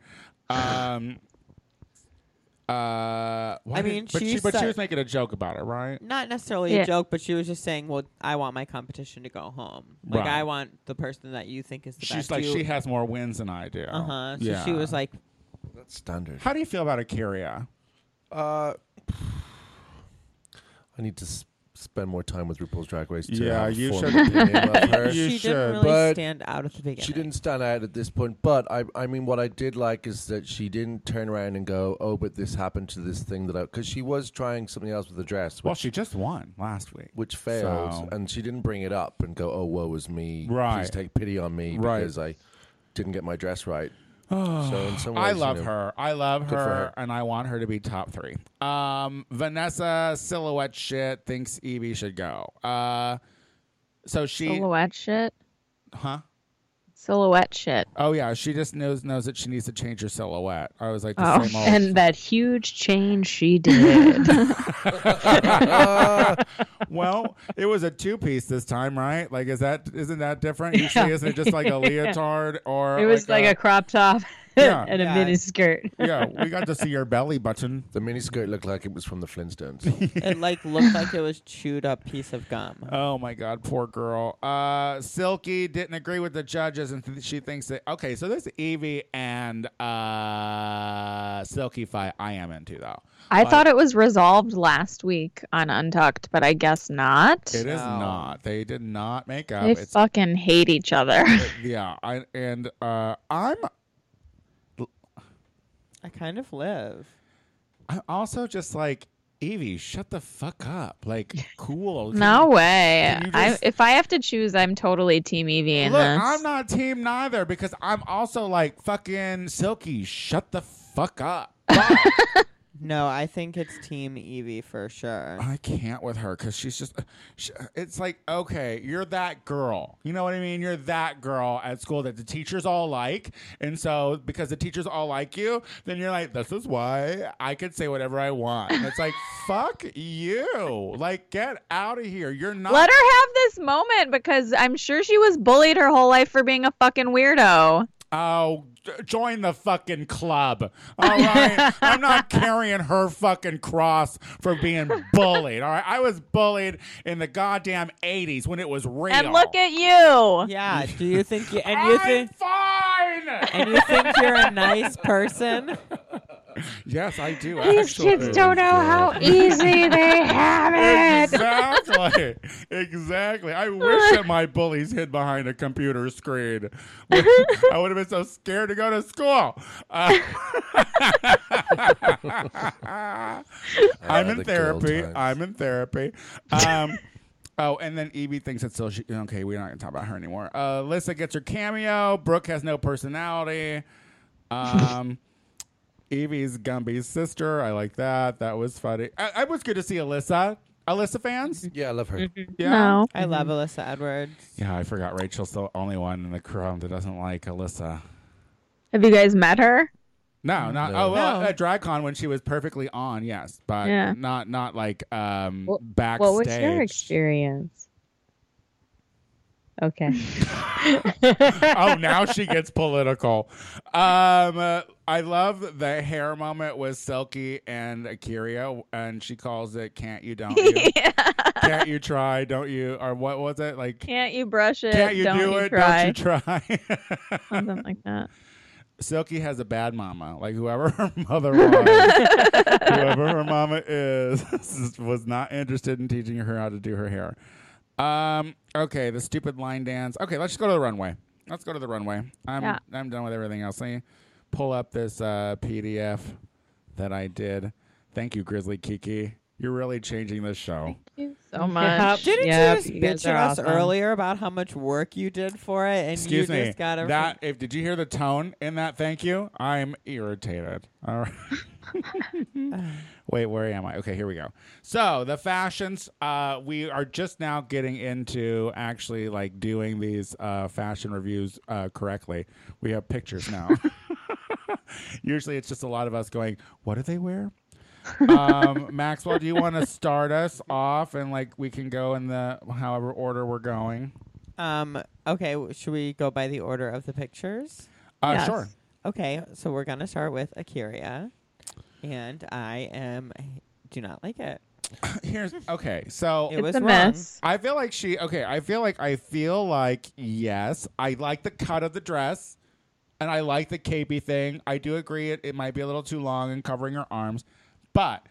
Um, uh, why I did- mean, but she, she but she said- was making a joke about it, right? not necessarily Yeah. a joke, but she was just saying, "Well, I want my competition to go home. Like Right. I want the person that you think is the She's best." like, she has more wins than I do. Uh huh. So she was like, That's standard. "How do you feel about a Kyria?" Uh, I need to s- spend more time with RuPaul's Drag Race. To Yeah, have a you formed should- opinion of her. You she should, didn't really but stand out at the beginning. She didn't stand out at this point, but I, I mean, what I did like is that she didn't turn around and go, "Oh, but this happened to this thing that I," because she was trying something else with the dress, which, Well, she just won last week. which failed, So- and she didn't bring it up and go, "Oh, woe is me, Right. please take pity on me Right. because I didn't get my dress right." so in some ways, I you love know, her. I love her, for her. and I want her to be top three. Um, Vanessa silhouette shit thinks Evie should go. Uh, so she, Silhouette shit. huh? silhouette shit. Oh yeah, she just knows knows that she needs to change her silhouette. I was like the Oh. same old. And that huge change she did. well, it was a two piece this time, right? Like, is that isn't that different? Usually, isn't it just like a leotard or uh, it was like, a, crop top Yeah. and a Yeah. mini skirt. a yeah? We got to see your belly button. The miniskirt looked like it was from the Flintstones. it like looked like it was chewed up piece of gum. Oh my God, poor girl. Uh, Silky didn't agree with the judges, and th- she thinks that okay. So there's Evie and uh, Silky fight. I am into though. I But- thought it was resolved last week on Untucked, but I guess not. It is No. not. They did not make up. They uh, It's fucking hate each other. yeah. I and uh, I'm I kind of live. I'm also just like Evie. Shut the fuck up. Like cool. Can No way. can you I, just- if I have to choose, I'm totally Team Evie in Look, this. I'm not team neither because I'm also like fucking Silky. Shut the fuck up. Fuck. No, I think it's Team Evie for sure. I can't with her because she's just. She, it's like okay, you're that girl. You know what I mean? You're that girl at school that the teachers all like, and so because the teachers all like you, then you're like, this is why I could say whatever I want. And it's like fuck you. Like get out of here. You're not. Let her have this moment because I'm sure she was bullied her whole life for being a fucking weirdo. Oh, j- join the fucking club. All right. I'm not carrying her fucking cross for being bullied. All right. I was bullied in the goddamn 80s when it was real. And look at you. Yeah. Do you think you and you think I'm fine. and you think you're a nice person? yes, I do. These actually. kids don't know how easy they have it. Exactly. exactly. I wish that my bullies hid behind a computer screen. I would have been so scared to go to school. Uh, I'm Ah, in the good old therapy. times. I'm in therapy. Um, oh, and then Evie thinks it's so. She, okay, we're not going to talk about her anymore. Uh, Lissa gets her cameo. Brooke has no personality. Um, Evie's Gumby's sister. I like that. That was funny. I, I was good to see Alyssa. Alyssa fans? yeah, I love her. Mm-hmm. Yeah. No. I love Alyssa Edwards. Yeah, I forgot Rachel's the only one in the crowd that doesn't like Alyssa. Have you guys met her? No, not No. oh well No. at DragCon when she was perfectly on, yes, but Yeah. not not like um What- backstage. What was your experience? Okay. oh, now she gets political. Um, uh, I love the hair moment with Silky and Akira, and she calls it "Can't you? Don't you? Can't you try? Don't you? Or what was it like? Can't you brush it? Can't you Don't do you it? Try. Don't you try? Something like that. Silky has a bad mama. Like whoever her mother was, whoever her mama is, was not interested in teaching her how to do her hair. Um. Okay, the stupid line dance. Okay, let's just go to the runway. Let's go to the runway. I'm Yeah. I'm done with everything else. Let me pull up this uh, PDF that I did. Thank you, Grizzly Kiki. You're really changing this show. So much. Didn't Yep, you you guys just bitch at are us awesome. earlier about how much work you did for it, and Excuse you me. just got a that if did you hear the tone in that? Thank you. I'm irritated. All right. Wait, where am I? Okay, here we go. So the fashions, uh, we are just now getting into actually like doing these uh, fashion reviews uh, correctly. We have pictures now. Usually, it's just a lot of us going, "What do they wear?" um, Maxwell, do you want to start us off and like we can go in the however order we're going? um. Okay, w- should we go by the order of the pictures? Uh, Yes. Sure. Okay, so we're gonna start with Akira, and I am do not like it. Here's okay. So It was it's a wrong. mess. I feel like she okay, I feel like I feel like yes, I like the cut of the dress and I like the capey thing. I do agree it, it might be a little too long and covering her arms, but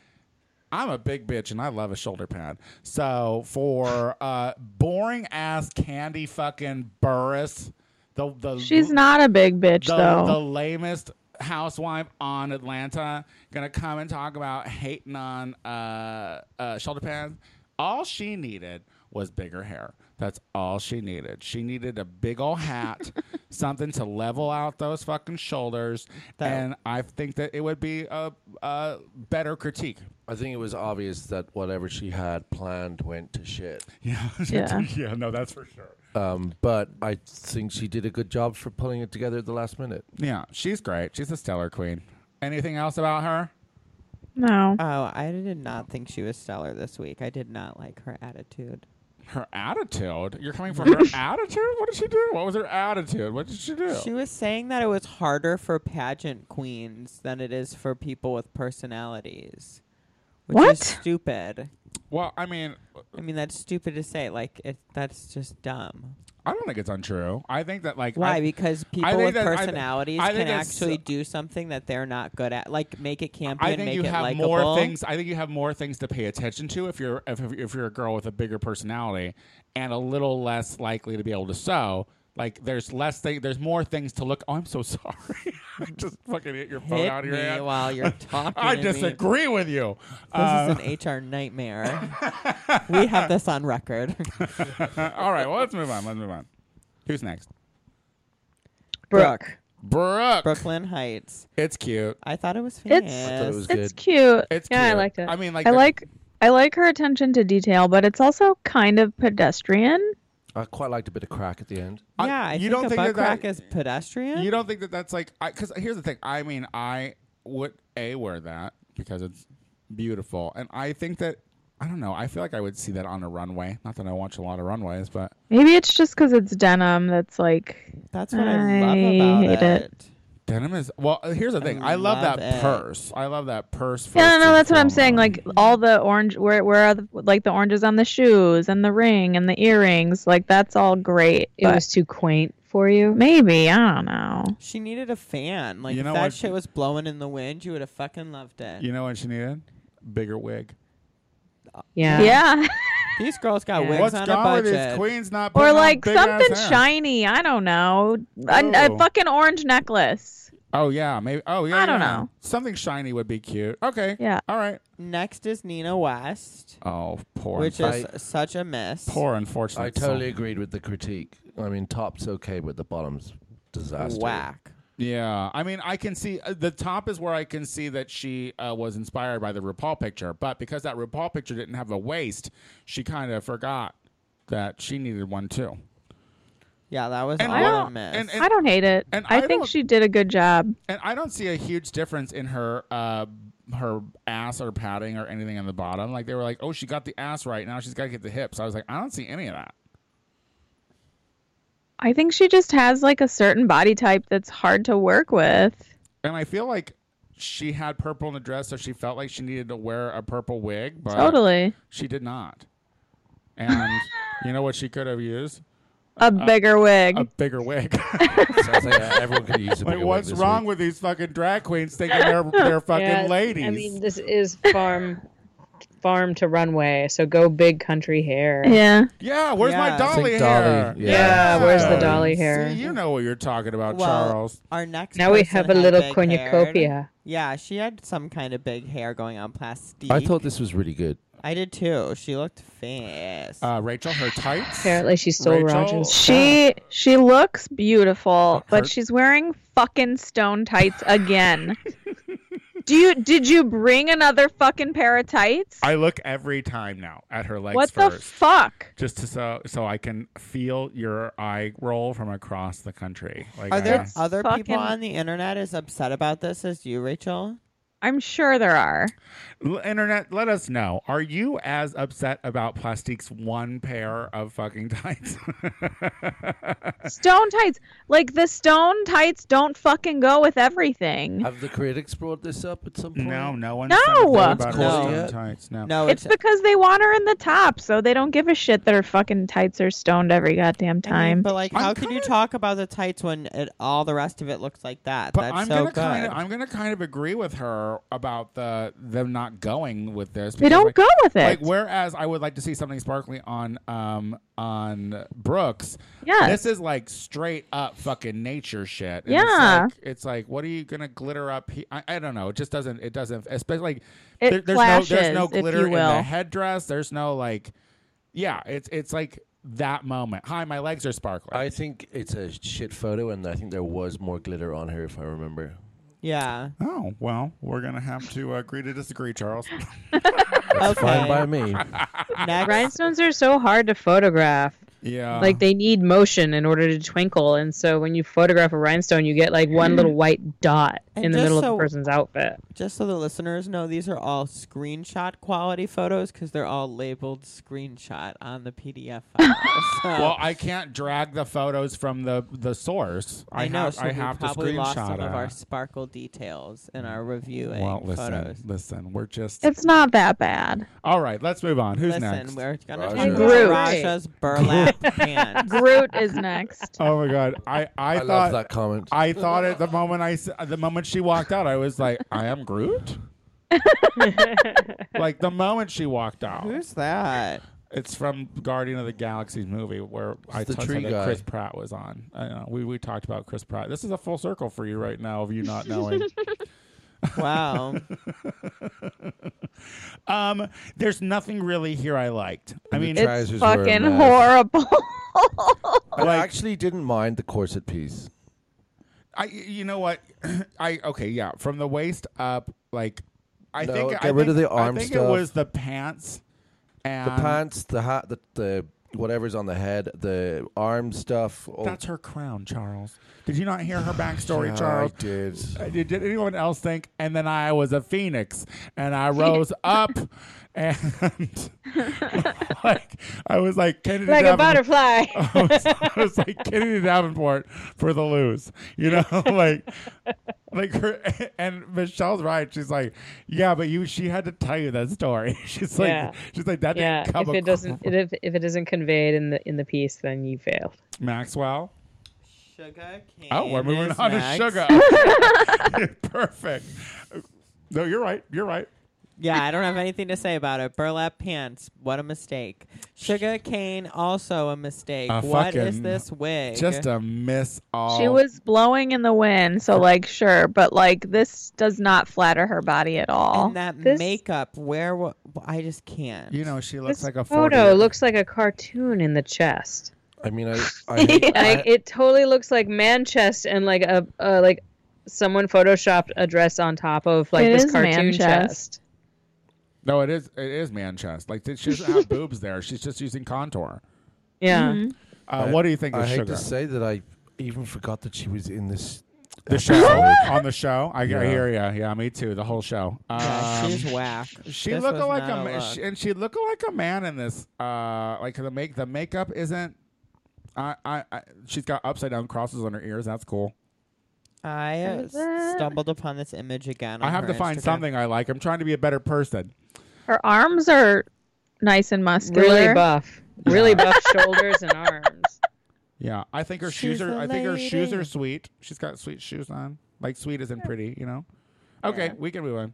I'm a big bitch and I love a shoulder pad. So for uh boring ass candy fucking Burris, the the She's not a big bitch the, though. the lamest housewife on Atlanta gonna come and talk about hating on uh, uh, shoulder pads. All she needed was bigger hair. That's all she needed. She needed a big old hat, something to level out those fucking shoulders. That- and I think that it would be a, a better critique. I think it was obvious that whatever she had planned went to shit. Yeah. Yeah. yeah, no, that's for sure. Um, but I think she did a good job for pulling it together at the last minute. Yeah, she's great. She's a stellar queen. Anything else about her? No. Oh, I did not think she was stellar this week. I did not like her attitude. Her attitude. You're coming for her attitude. What did she do? What was her attitude? What did she do? She was saying that it was harder for pageant queens than it is for people with personalities. Which What? is stupid. well, I mean, I mean, that's stupid to say. Like, it, that's just dumb. I don't think it's untrue. I think that like Why? I- because people think with that- I th- personalities I think can that's- actually do something that they're not good at, like make it campy I and think make you it have likable. more things. I think you have more things to pay attention to if you're if, if you're a girl with a bigger personality and a little less likely to be able to sew. Like there's less thing. There's more things to look. Oh, I'm so sorry. I just fucking hit your phone Hit out of your me hand. while you're talking. I to me. disagree with you. This is an HR nightmare. we have this on record. Uh, All right, well let's move on. Let's move on. Who's next? Brooke. Brooke. Brooklyn Heights. It's cute. I thought it was It's- famous. I I thought it was It's good. cute. It's Yeah, I cute. liked it. I mean, like I the- like I like her attention to detail, but it's also kind of pedestrian. I quite liked a bit of crack at the end. I- yeah, I you think don't a think butt that that- crack is pedestrian. You don't think that that's like because here's the thing. I mean, I would a wear that because it's beautiful, and I think that I don't know. I feel like I would see that on a runway. Not that I watch a lot of runways, but Maybe it's just because it's denim that's like That's what I, I love about hate it. denim is well. uh, Here's the thing. I, love, love that it. purse. I love that purse. Yeah, first no, and that's what I'm saying. foremost. Like all the orange, where where are the, like the oranges on the shoes and the ring and the earrings? Like that's all great. It But was too quaint for you. maybe I don't know. She needed a fan. Like You know if that what? shit was blowing in the wind, you would have fucking loved it. you know what she needed? Bigger wig. Yeah. Yeah, These girls got Yeah. wigs What's on a gone with budget. these queens? Not or putting on like big-ass something hair? shiny. I don't know. A, Ooh. a fucking orange necklace. Oh yeah, maybe. Oh yeah. I don't yeah. know. Something shiny would be cute. Okay. Yeah. All right. Next is Nina West, Oh, poor, which unfor- is such a miss. poor, unfortunate. I totally agreed with the critique. I mean, top's okay, but the bottom's disaster. whack. Yeah, I mean, I can see uh, the top is where I can see that she uh, was inspired by the RuPaul picture, but because that RuPaul picture didn't have a waist, she kind of forgot that she needed one too. Yeah, that was And all I a don't- miss. and- and- I don't hate it. and I, I think don't- she did a good job. And I don't see a huge difference in her uh, her ass or padding or anything on the bottom. Like they were like, oh, she got the ass right now, she's got to get the hips. I was like, I don't see any of that. I think she just has like a certain body type that's hard to work with. And I feel like she had purple in the dress, so she felt like she needed to wear a purple wig, but Totally, she did not. And you know what she could have used? a bigger wig. A bigger wig. Sounds like uh, everyone could use a Like, bigger wig what's this wrong week. with these fucking drag queens thinking they're they're fucking Yeah, ladies? I mean, this is farm farm to runway, so go big country hair. yeah. yeah, where's my Yeah. dolly Think Dolly, hair? yeah. Yeah, where's the dolly See, hair? you know what you're talking about, well, Charles. our next. Now we person have a had little big hair. cornucopia. Yeah, she had some kind of big hair going on plastique. I thought this was really good. I did too. She looked fast. Uh, Rachel, her tights. Apparently, she stole Rachel? Rogers. She she looks beautiful, Her- but she's wearing fucking stone tights again. Do you did you bring another fucking pair of tights? I look every time now at her legs what the first, fuck? just to, so so I can feel your eye roll from across the country. Like, Are there I- other fucking- people on the internet as upset about this as you, Rachel? I'm sure there are. L- internet? Let us know. Are you as upset about Plastique's one pair of fucking tights? Stone tights. Like the stone tights don't fucking go with everything. Have the critics brought this up at some point? no, no one. No. about her stone No. tights. No. No, It's Oh, it's, because they want her in the top, so they don't give a shit that her fucking tights are stoned every goddamn I mean, time. But like, I'm how can you kinda- talk about the tights when it, all the rest of it looks like that? But That's I'm so gonna good. kind of I'm gonna kind of agree with her about the them not going with this. They because, don't like, go with it. Like whereas I would like to see something sparkly on um on Brooks. Yes. This is like straight up fucking nature shit. And Yeah. It's like, it's like what are you gonna glitter up? He- I, I don't know. It just doesn't. It doesn't. Especially like It there's no there's no flashes, if glitter you in will. the headdress. There's no like yeah. It's it's like that moment. Hi, my legs are sparkling. I think it's a shit photo, and I think there was more glitter on her, if I remember. yeah. oh well, we're gonna have to uh, agree to disagree, Charles. Okay. Fine by me. Next, Rhinestones are so hard to photograph. Yeah. Like they need motion in order to twinkle, and so when you photograph a rhinestone, you get like one little white dot And in the just middle of so- the person's outfit. Just so the listeners know, these are all screenshot quality photos because they're all labeled screenshot on the PDF file. So well, I can't drag the photos from the the source. I, I know. have, so I we have to probably screenshot lost some it. of our sparkle details in our reviewing well, listen, photos. listen. We're just It's not that bad. all right. Let's move on. Who's listen, next? we're gonna Raja. talk about Groot. Raja's burlap hand. Groot is next. Oh my god! I I, I, thought love that comment. I thought at the moment I s- the moment she walked out, I was like, I am Groot. like the moment she walked out, Who's that? it's from Guardian of the Galaxy movie where I the touched tree on that guy. Chris Pratt was on. I know, we we talked about Chris Pratt. This is a full circle for you right now of you not knowing. Wow. um, there's nothing really here I liked. I And the mean, tra- It's Trousers were a fucking mess. horrible. I like- actually didn't mind the corset piece. I you know what I okay yeah from the waist up like I No, think get I rid think- of the I arm think it stuff. was the pants and The pants, the hat, the, the whatever's on the head, the arm stuff. all- That's her crown, Charles. Did you not hear her backstory, Oh. Yeah, Charles? I did. Uh, Did, did anyone else think? And then I was a phoenix, and I rose up, and like I was like Kennedy Like a Davenport. butterfly. I was, I was like Kennedy Davenport for the lose, you know, like like her. And Michelle's right. She's like, yeah, but you. She had to tell you that story. She's like, Yeah. she's like that yeah, didn't come. if it doesn't if, if it isn't conveyed in the in the piece, then you failed. Maxwell. Sugar cane. Oh, we're moving is on next. to sugar. Perfect. No, you're right. You're right. Yeah, I don't have anything to say about it. Burlap pants, what a mistake. Sugar cane, also a mistake. A what is fucking- this wig? Just a miss all. She was blowing in the wind, so like sure, but like this does not flatter her body at all. and that This- makeup. Where wa- I just can't. You know, she looks this like a photo 40 looks like a cartoon in the chest. I mean, I, I, hate, Like I, it totally looks like man chest and like a, a like someone photoshopped a dress on top of like It this is cartoon man chest. chest. No, it is. It is man chest. Like she doesn't have boobs there. She's just using contour. Yeah. Mm-hmm. Uh, I- what do you think I of hate sugar? to say that I even forgot that she was in this. The show on the show. I, I Yeah. hear you. Yeah, me too. The whole show. Yeah, Um, she's whack. she This looked was like not a, ma- look. she- and she looked like a man in this. Uh, like the make the makeup isn't. I, I, I she's got upside down crosses on her ears. That's cool. I uh, s- stumbled upon this image again. I on have her to find Instagram. something I like. I'm trying to be a better person. Her arms are nice and muscular. Really buff. Really buff shoulders and arms. Yeah, I think her She's shoes are. a I think her shoes lady. are sweet. She's got sweet shoes on. Like sweet isn't pretty, you know. Okay, we can move on.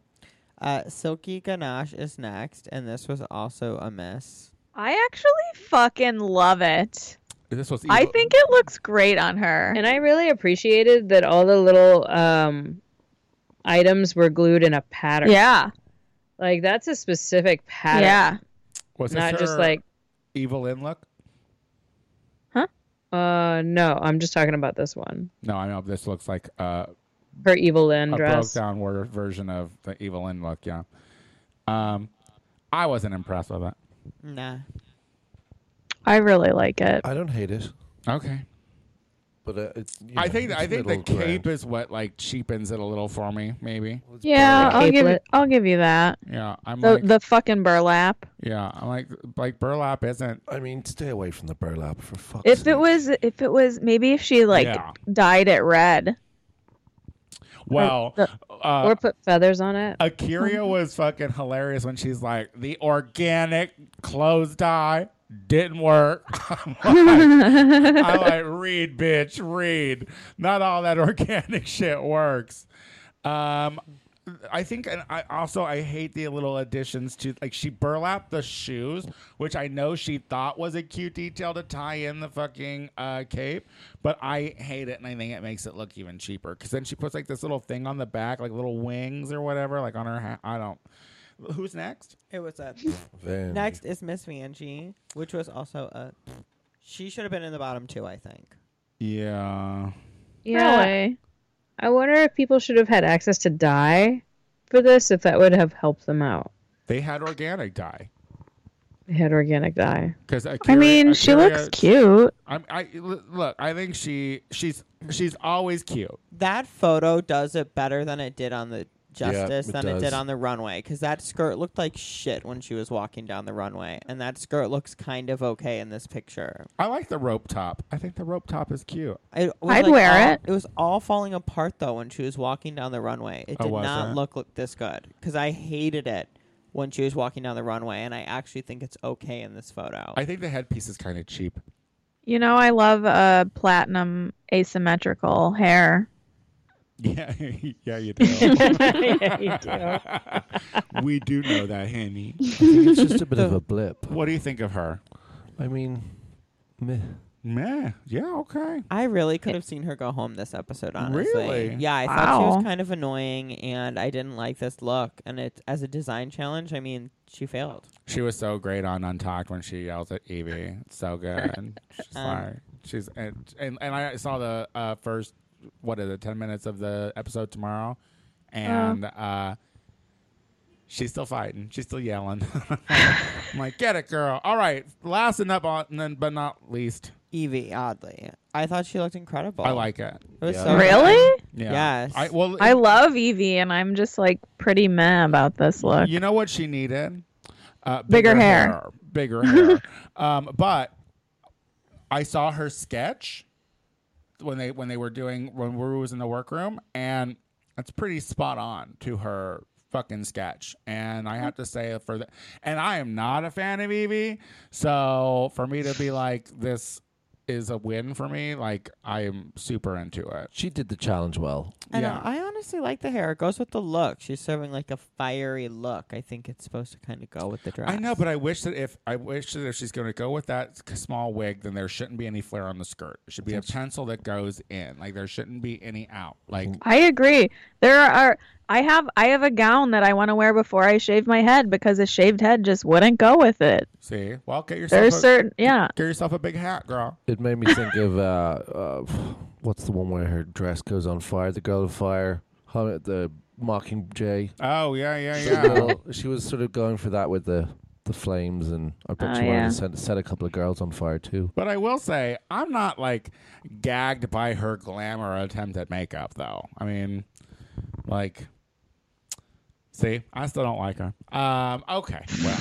Uh, Silky Ganache is next, and this was also a miss. I actually fucking love it. This was. I evil- think it looks great on her. And I really appreciated that all the little um items were glued in a pattern. yeah, Like that's a specific pattern. yeah. was this Not just her like evil in look. uh no, I'm just talking about this one. No, I know this looks like uh, Her evil a Lynn broke dress. down wor- version of the evil in look. Yeah. Um, I wasn't impressed with it. Nah. I really like it. I don't hate it, Okay. but uh, it's. you I know, think it's I think the middle ground. cape is what like cheapens it a little for me. Maybe. Well, it's Yeah, uh, burlap. I'll give Capelet. I'll give you that. Yeah, I'm The like the fucking burlap. yeah, I'm like like burlap isn't. I mean, stay away from the burlap for fuck's If sake. it was if it was maybe if she like Yeah. dyed it red. Well, the- uh, Or put feathers on it. Akira was fucking hilarious when she's like, the organic clothes dye didn't work. I'm like, I like, read, bitch, read. Not all that organic shit works. Um, I think, and I also I hate the little additions to like she burlapped the shoes, which I know she thought was a cute detail to tie in the fucking uh, cape, but I hate it, and I think it makes it look even cheaper because then she puts like this little thing on the back, like little wings or whatever, like on her hat. I don't. Who's next? It was a. Then- next is Miss Vanjie, which was also a. She should have been in the bottom two, I think. Yeah. Yeah. Really? I wonder if people should have had access to dye for this, if that would have helped them out. They had organic dye. They had organic dye. Because I mean, she looks cute. I'm, I l- look. I think she she's she's always cute. That photo does it better than it did on the Justice it than it does. did on the runway because that skirt looked like shit when she was walking down the runway, and that skirt looks kind of okay in this picture. I like the rope top. I think the rope top is cute. It was I'd like wear all- it. It was all falling apart though when she was walking down the runway. It Oh, did was not it? look look this good because I hated it when she was walking down the runway, and I actually think it's okay in this photo. I think the headpiece is kind of cheap. You know, I love uh, platinum asymmetrical hair. Yeah, yeah, you do. yeah, you do. we do know that, honey. I think it's just a bit of a blip. What do you think of her? I mean, meh. Meh. Yeah. Okay. I really could have seen her go home this episode, honestly. Really? Yeah, I thought she Wow. was kind of annoying, and I didn't like this look. And it as a design challenge, I mean, she failed. She was so great on Untalked when she yells at Evie. So good. She's like, she's and, and and I saw the uh, first what is it ten minutes of the episode tomorrow, and uh, she's still fighting. She's still yelling. I'm like, get it, girl. All right. Last and up on, and then but not least, Evie, oddly, I thought she looked incredible. I like it. It was Yeah. so Really? Yeah. Yes. I well. I love Evie, and I'm just like pretty meh about this look. You know what she needed? Uh, Bigger hair. Bigger hair. um, but I saw her sketch when they when they were doing when Ruru was in the workroom, and it's pretty spot on to her fucking sketch. And I have to say for that, and I am not a fan of Evie, so for me to be like this is a win for me. Like I am super into it. She did the challenge well. And Yeah. I honestly like the hair. It goes with the look. She's serving like a fiery look. I think it's supposed to kind of go with the dress. I know, but I wish that if I wish that if she's going to go with that c- small wig, then there shouldn't be any flare on the skirt. It should be a pencil that goes in. Like there shouldn't be any out. Like Mm. I agree. There are. I have. I have a gown that I want to wear before I shave my head because a shaved head just wouldn't go with it. see, well, get yourself There's a, certain. Yeah. get yourself a big hat, girl. It made me think of uh, uh, what's the one where her dress goes on fire? The girl on fire, Hun- the Mockingjay. Oh yeah, yeah, yeah. Well, she was sort of going for that with the the flames, and I bet Oh, she wanted yeah. to set, set a couple of girls on fire too. but I will say, I'm not like gagged by her glamour attempt at makeup, though. I mean, like, see, I still don't like her. Um, okay, well.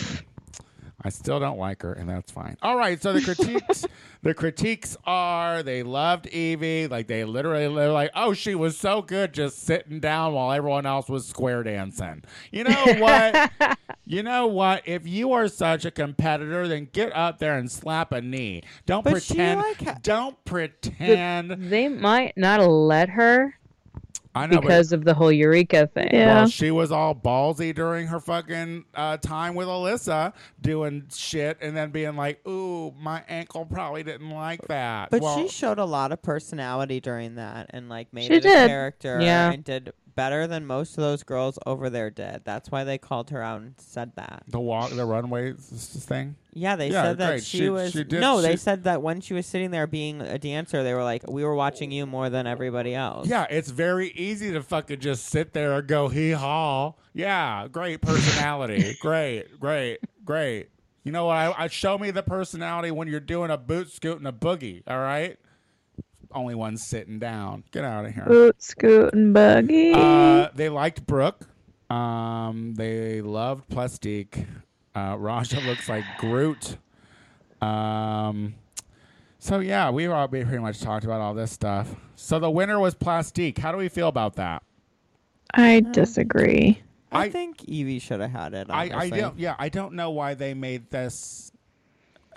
I still don't like her, and that's fine. All right, so the critiques, the critiques are they loved Evie, like they literally they're like, oh, she was so good just sitting down while everyone else was square dancing. You know what? you know what? If you are such a competitor, then get up there and slap a knee. Don't But she, pretend. like, ha- don't pretend. They might not let her I know but- because of the whole Eureka thing. Yeah. Well, she was all ballsy during her fucking uh, time with Alyssa doing shit and then being like, ooh, my ankle probably didn't like that. But well, she showed a lot of personality during that and like made She it a did. character Yeah. and did better than most of those girls over there did. That's why they called her out and said that. the walk, the runway s- s- thing. Yeah, they Yeah, said that great. she, She- was she did- No, she- they said that when she was sitting there being a dancer, they were like, We were watching you more than everybody else. Yeah, it's very easy to fucking just sit there and go hee haw. Yeah, great personality. great, great, great. You know what? I, I show me the personality when you're doing a boot scoot and a boogie. All right, only one sitting down. Get out of here. Boot scoot and buggy. Uh, they liked Brooke. Um, they loved Plastique. Uh, Raja looks like Groot. Um, so yeah, we've all we pretty much talked about all this stuff. So the winner was Plastique. How do we feel about that? I disagree. I, I- think Evie should have had it. I, I honestly. don't. Yeah, I don't know why they made this.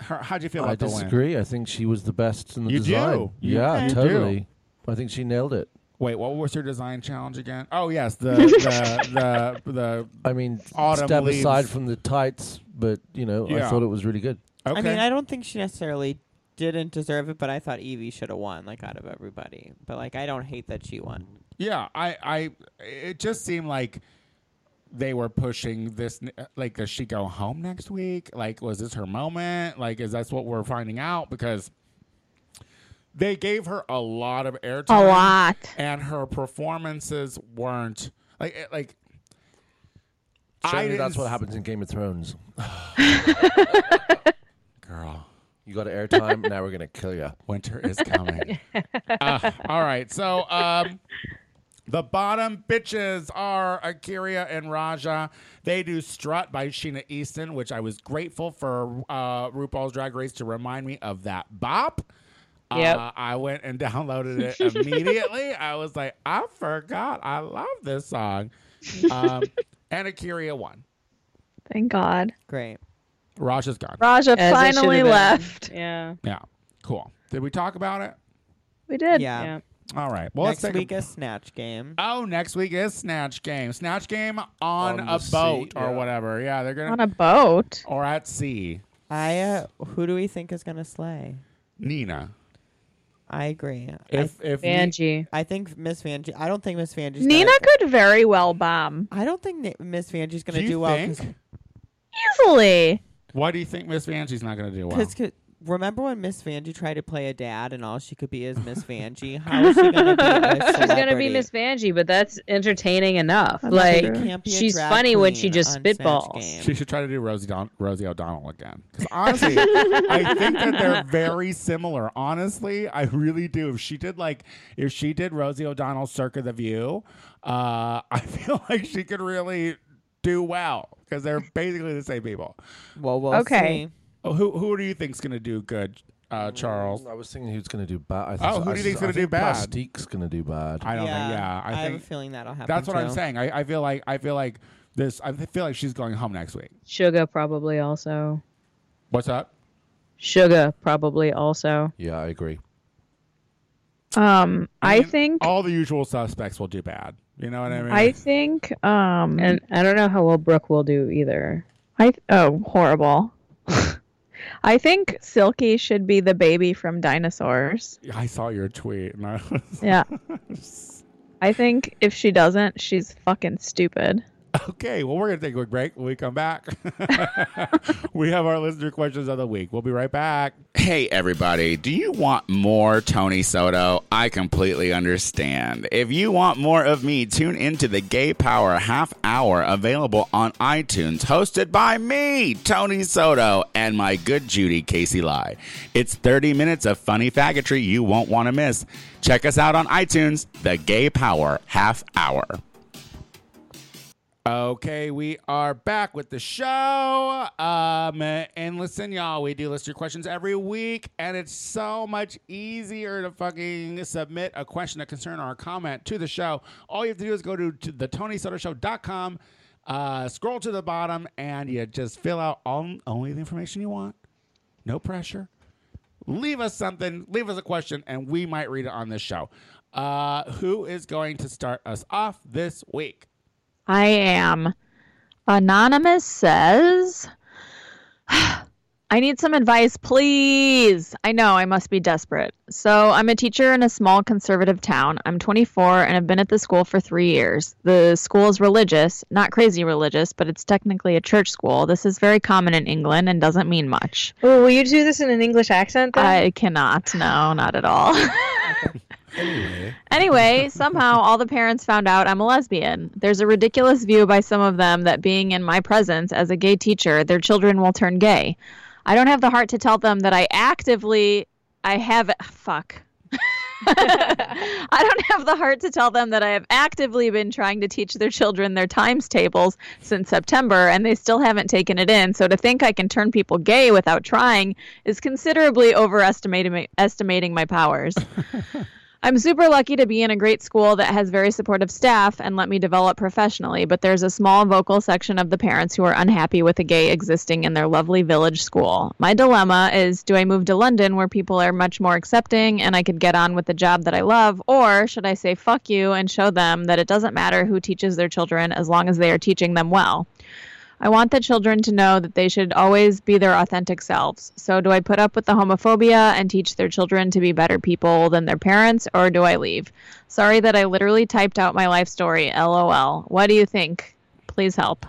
Her, how'd you feel I about the win? disagree. I think she was the best in the You design. do. You- Yeah, you do. totally. I think she nailed it. Wait, what was your design challenge again? Oh yes, the the the. the I mean, Autumn step leaves. aside from the tights, but you know, Yeah. I thought it was really good. okay. I mean, I don't think she necessarily didn't deserve it, but I thought Evie should have won, like out of everybody. But like, I don't hate that she won. Yeah, I, I, it just seemed like they were pushing this. n- Like, does she go home next week? Like, was this her moment? Like, is that's what we're finding out? Because they gave her a lot of airtime, A lot. and her performances weren't like, it- like. Certainly eh, I that's didn't what s- happens in Game of Thrones. Girl, You got airtime, now we're gonna kill you. winter is coming. Uh, all right. So um, the bottom bitches are Akiria and Raja. They do Strut by Sheena Easton, which I was grateful for uh, RuPaul's Drag Race to remind me of that bop. Yep. Uh, I went and downloaded it immediately. I was like, I forgot. I love this song. Um, and Akiria won. Thank God. Great. Raja's gone. Raja As it should finally have been. left. Yeah. Yeah. Cool. Did we talk about it? We did. Yeah. Yeah. All right. Well, let's Next take a- week is Snatch Game. Oh, next week is Snatch Game. Snatch Game on, On a the sea, boat or yeah. whatever. Yeah, they're gonna On a boat. or at sea. I uh, who do we think is gonna slay? Nina. I agree. I, If if Ni- Angie. I think Miss Vanjie. I don't think Miss Vanjie's Nina Gonna, could very well bomb I don't think Ni- Miss Vanjie's gonna do you do well. think? 'cause- easily. Why do you think Miss Vanjie's not gonna do well? Because remember when Miss Vanjie tried to play a dad and all she could be is Miss Vanjie? How is she going to be a She's gonna celebrity? be Miss Vanjie, but that's entertaining enough. That's like true. Can't be a she's drag funny when queen she just on Snatch spitballs. Game. She should try to do Rosie Don- Rosie O'Donnell again. Because honestly, I think that they're very similar. Honestly, I really do. If she did like, if she did Rosie O'Donnell circa The View, uh, I feel like she could really do well because they're basically the same people. Well, we'll Okay. see. Oh, who who do you think's gonna do good, uh, Charles? I was thinking who's gonna do bad. Oh, who do you think's gonna do bad? Plastique's gonna do bad. I don't think. Yeah, I, I have a think feeling that'll happen. that's what I'm too. saying. I, I feel like I feel like this. I feel like she's going home next week. Sugar probably also. What's up? Sugar probably also. yeah, I agree. Um, I mean, think. Mm, All the usual suspects will do bad. You know what I mean? I think. Um, And I don't know how well Brooke will do either. I th- oh horrible. I think Silky should be the baby from Dinosaurs. I saw your tweet and I was Yeah. I think if she doesn't, she's fucking stupid. okay. Well, we're gonna take a quick break. When we come back, we have our listener questions of the week. We'll be right back. Hey, everybody! Do you want more Tony Soto? I completely understand. If you want more of me, tune into the Gay Power Half Hour available on iTunes, hosted by me, Tony Soto, and my good Judy Casey Lai. It's 30 minutes of funny faggotry you won't want to miss. Check us out on iTunes, the Gay Power Half Hour. Okay, we are back with the show. Um, and listen, y'all, we do list your questions every week, and it's so much easier to fucking submit a question, a concern, or a comment to the show. All you have to do is go to, to the TonySotoShow.com, uh, scroll to the bottom, and you just fill out all, only the information you want. No pressure leave us something, leave us a question, and we might read it on this show. Uh, who is going to start us off this week? I am. Anonymous says, I need some advice, please. I know I must be desperate. So, I'm a teacher in a small conservative town. I'm 24 and have been at the school for three years. The school is religious, not crazy religious, but it's technically a church school. This is very common in England and doesn't mean much. Oh, will you do this in an English accent I cannot. No, not at all. Anyway, Anyway, somehow all the parents found out I'm a lesbian. There's a ridiculous view by some of them that being in my presence as a gay teacher, their children will turn gay. I don't have the heart to tell them that I actively I have fuck. I don't have the heart to tell them that I have actively been trying to teach their children their times tables since September and they still haven't taken it in. So to think I can turn people gay without trying is considerably overestimating estimating my powers. I'm super lucky to be in a great school that has very supportive staff and let me develop professionally, but there's a small vocal section of the parents who are unhappy with a gay existing in their lovely village school. My dilemma is do I move to London where people are much more accepting and I could get on with the job that I love, or should I say fuck you and show them that it doesn't matter who teaches their children as long as they are teaching them well? I want the children to know that they should always be their authentic selves. So, do I put up with the homophobia and teach their children to be better people than their parents, or do I leave? Sorry that I literally typed out my life story. LOL. What do you think? Please help.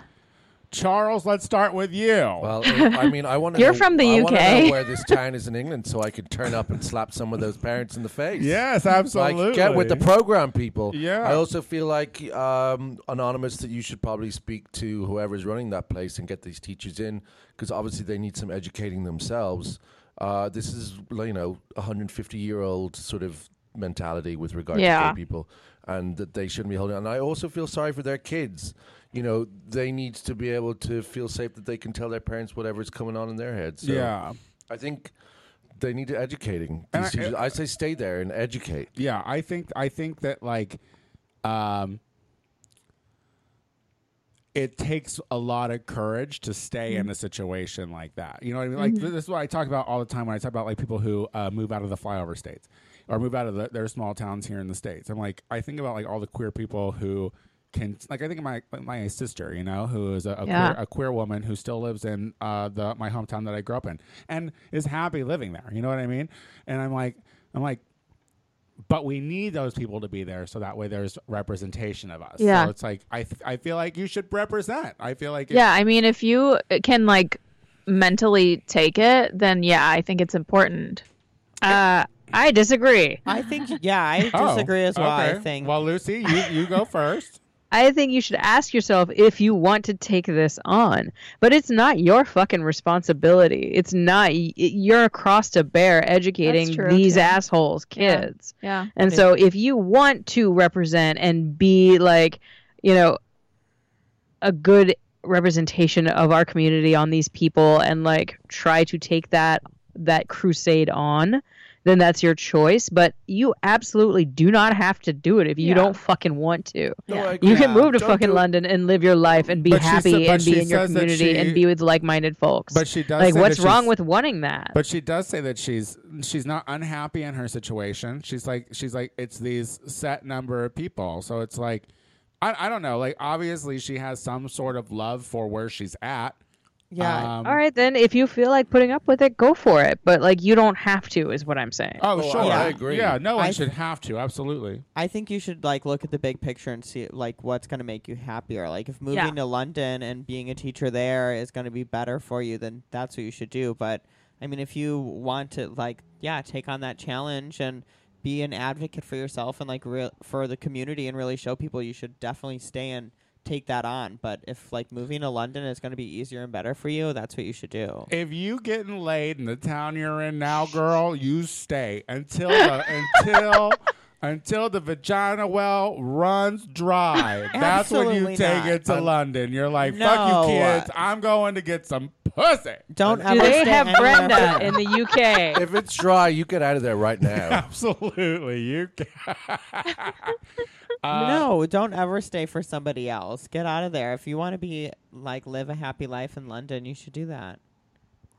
Charles, let's start with you. Well, I I mean, I want to. You're from the I wanna UK. Know where this town is in England, so I could turn up and slap some of those parents in the face. yes, Like, absolutely. get with the program, people. Yeah. I also feel like um, anonymous that you should probably speak to whoever's running that place and get these teachers in because obviously they need some educating themselves. Uh, this is like, you know 150 year old sort of mentality with regard to Yeah. gay people, and that they shouldn't be holding. And I also feel sorry for their kids. You know, they need to be able to feel safe that they can tell their parents whatever's coming on in their heads. So yeah. I think. They need educating. And These I- eh, teachers. I say stay there and educate. yeah i think i think that like um it takes a lot of courage to stay Mm-hmm. in a situation like that you know what i mean like th- this is what i talk about all the time when i talk about like people who uh, move out of the flyover states or move out of the, their small towns here in the states i'm like i think about like all the queer people who can like i think of my my sister you know who is a, a, Yeah. queer, a queer woman who still lives in uh, the my hometown that i grew up in and is happy living there you know what i mean and i'm like i'm like but we need those people to be there so that way there's representation of us. Yeah. So it's like I th- I feel like you should represent. I feel like it- Yeah, I mean, if you can like mentally take it, then yeah, I think it's important. Uh, I disagree. I think, yeah, I Oh, disagree as well. I okay. think. Well, Lucy, you, you go first. I think you should ask yourself if you want to take this on. But it's not your fucking responsibility. It's not y- you're a cross to bear educating That's true, these too. assholes Yeah. kids. Yeah. And Yeah. so if you want to represent and be like, you know, a good representation of our community on these people and like try to take that that crusade on, then that's your choice, but you absolutely do not have to do it if you Yeah. don't fucking want to. No, Yeah. I agree. You can move to Don't fucking do it. London and live your life and be But she happy said- but and she be in your says that community she- and be with like-minded folks. But she does like, say what's that wrong she's- with wanting that? But she does say that she's she's not unhappy in her situation. She's like she's like it's these set number of people. So it's like I, I don't know. Like obviously she has some sort of love for where she's at. yeah. Um, All right, then if you feel like putting up with it, go for it. But like, you don't have to, is what I'm saying. Oh, Oh, I- sure. I agree. Yeah, no one I- should have to. Absolutely. I think you should like look at the big picture and see like what's going to make you happier. Like if moving Yeah. to London and being a teacher there is going to be better for you, then that's what you should do. But I mean, if you want to like yeah, take on that challenge and be an advocate for yourself and like real for the community and really show people, you should definitely stay and take that on. But if like moving to London is going to be easier and better for you, that's what you should do. If you getting laid in the town you're in now, girl, you stay until the, until until the vagina well runs dry. That's when you Absolutely take not. it to London. You're like, No. fuck you, kids. I'm going to get some pussy. Don't Do ever they stay have anywhere from- Brenda in the UK? If it's dry, you get out of there right now. Absolutely, you. Can. Uh, no, don't ever stay for somebody else. Get out of there. If you want to be like live a happy life in London, you should do that.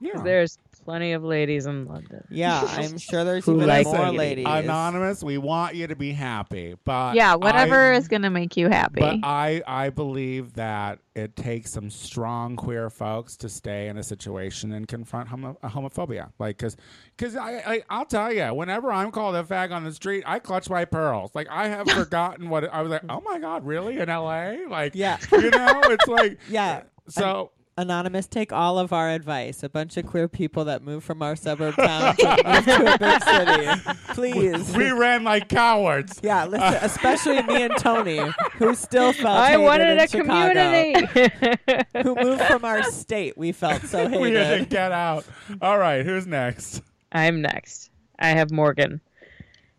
Yeah. There's plenty of ladies in London. Yeah, I'm sure there's Who even likes more it? ladies. Anonymous, we want you to be happy, but yeah, whatever I- is going to make you happy. But I, I believe that it takes some strong queer folks to stay in a situation and confront homo- uh, homophobia. Like, cause, cause I, I, I'll tell you, whenever I'm called a fag on the street, I clutch my pearls. Like, I have forgotten what it, I was like. Oh my god, really in L.A.? Like, Yeah. you know, it's like, Yeah. So Anonymous, take all of our advice. A bunch of queer people that move from our suburb town to, move to a big city. Please. we ran like cowards. yeah, listen, especially me and Tony, who still felt I hated wanted in a Chicago, community. who moved from our state. We felt so We didn't hated. get out. All right, who's next? I'm next. I have Morgan.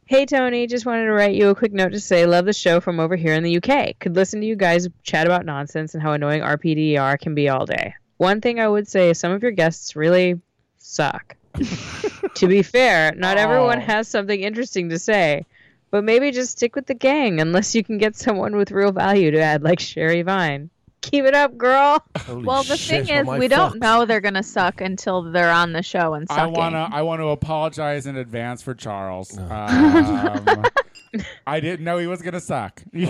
Hey Tony, just wanted to write you a quick note to say love the show from over here in the UK. Could listen to you guys chat about nonsense and how annoying RPDR E can be all day. One thing I would say is some of your guests really suck. to be fair, not everyone Oh. has something interesting to say, but maybe just stick with the gang unless you can get someone with real value to add like Sherry Vine. Keep it up, girl. Holy well, the shit, thing is, am I we fucked? don't know they're going to suck until they're on the show and I sucking. wanna I want to apologize in advance for Charles. Um, I didn't know he was gonna suck. you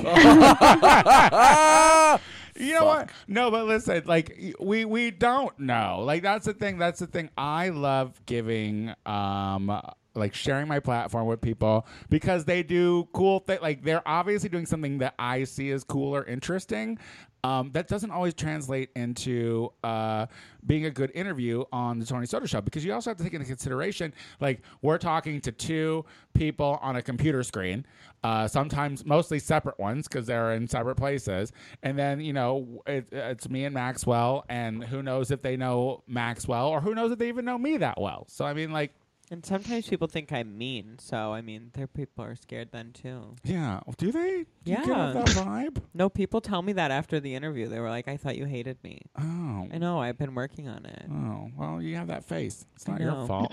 know what? No, but listen, like we we don't know. Like that's the thing. That's the thing. I love giving um like sharing my platform with people because they do cool things. Like they're obviously doing something that I see as cool or interesting. Um, that doesn't always translate into uh, being a good interview on the Tony Soto show because you also have to take into consideration like we're talking to two people on a computer screen, uh, sometimes mostly separate ones because they're in separate places. And then, you know, it, it's me and Maxwell, and who knows if they know Maxwell or who knows if they even know me that well. So, I mean, like, And sometimes people think I'm mean, so I mean, their people are scared then too. yeah, do they? Do You get Yeah. off that vibe? No, people tell me that after the interview. They were like, "I thought you hated me." Oh. I know. I've been working on it. Oh, well, you have that face. It's I not your know. fault.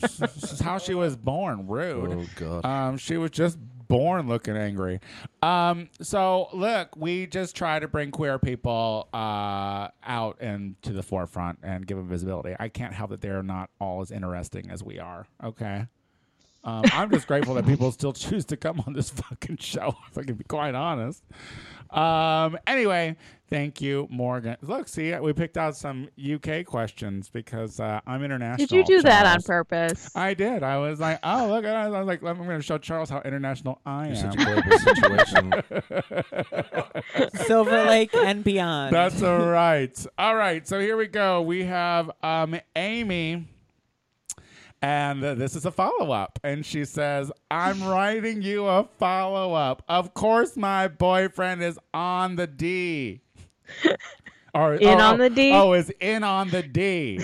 this is how she was born, rude. Oh God. Um, she was just born looking angry. Um, so look, we just try to bring queer people uh, out and to the forefront and give them visibility. I can't help that they're not all as interesting as we are. Okay. Um, I'm just grateful that people still choose to come on this fucking show, if I can be quite honest. Um, anyway, thank you, Morgan. Look, see, we picked out some UK questions because uh, I'm international. Did you do that on Charles. purpose? I did. I was like, oh, look at us. I was like, I'm going to show Charles how international I You're am. such a horrible situation. Silver Lake and beyond. That's all right. All right. So here we go. We have um, Amy. And uh, this is a follow up. And she says, I'm writing you a follow up. Of course, my boyfriend is on the D. or, In on the D? Oh, is in on the D.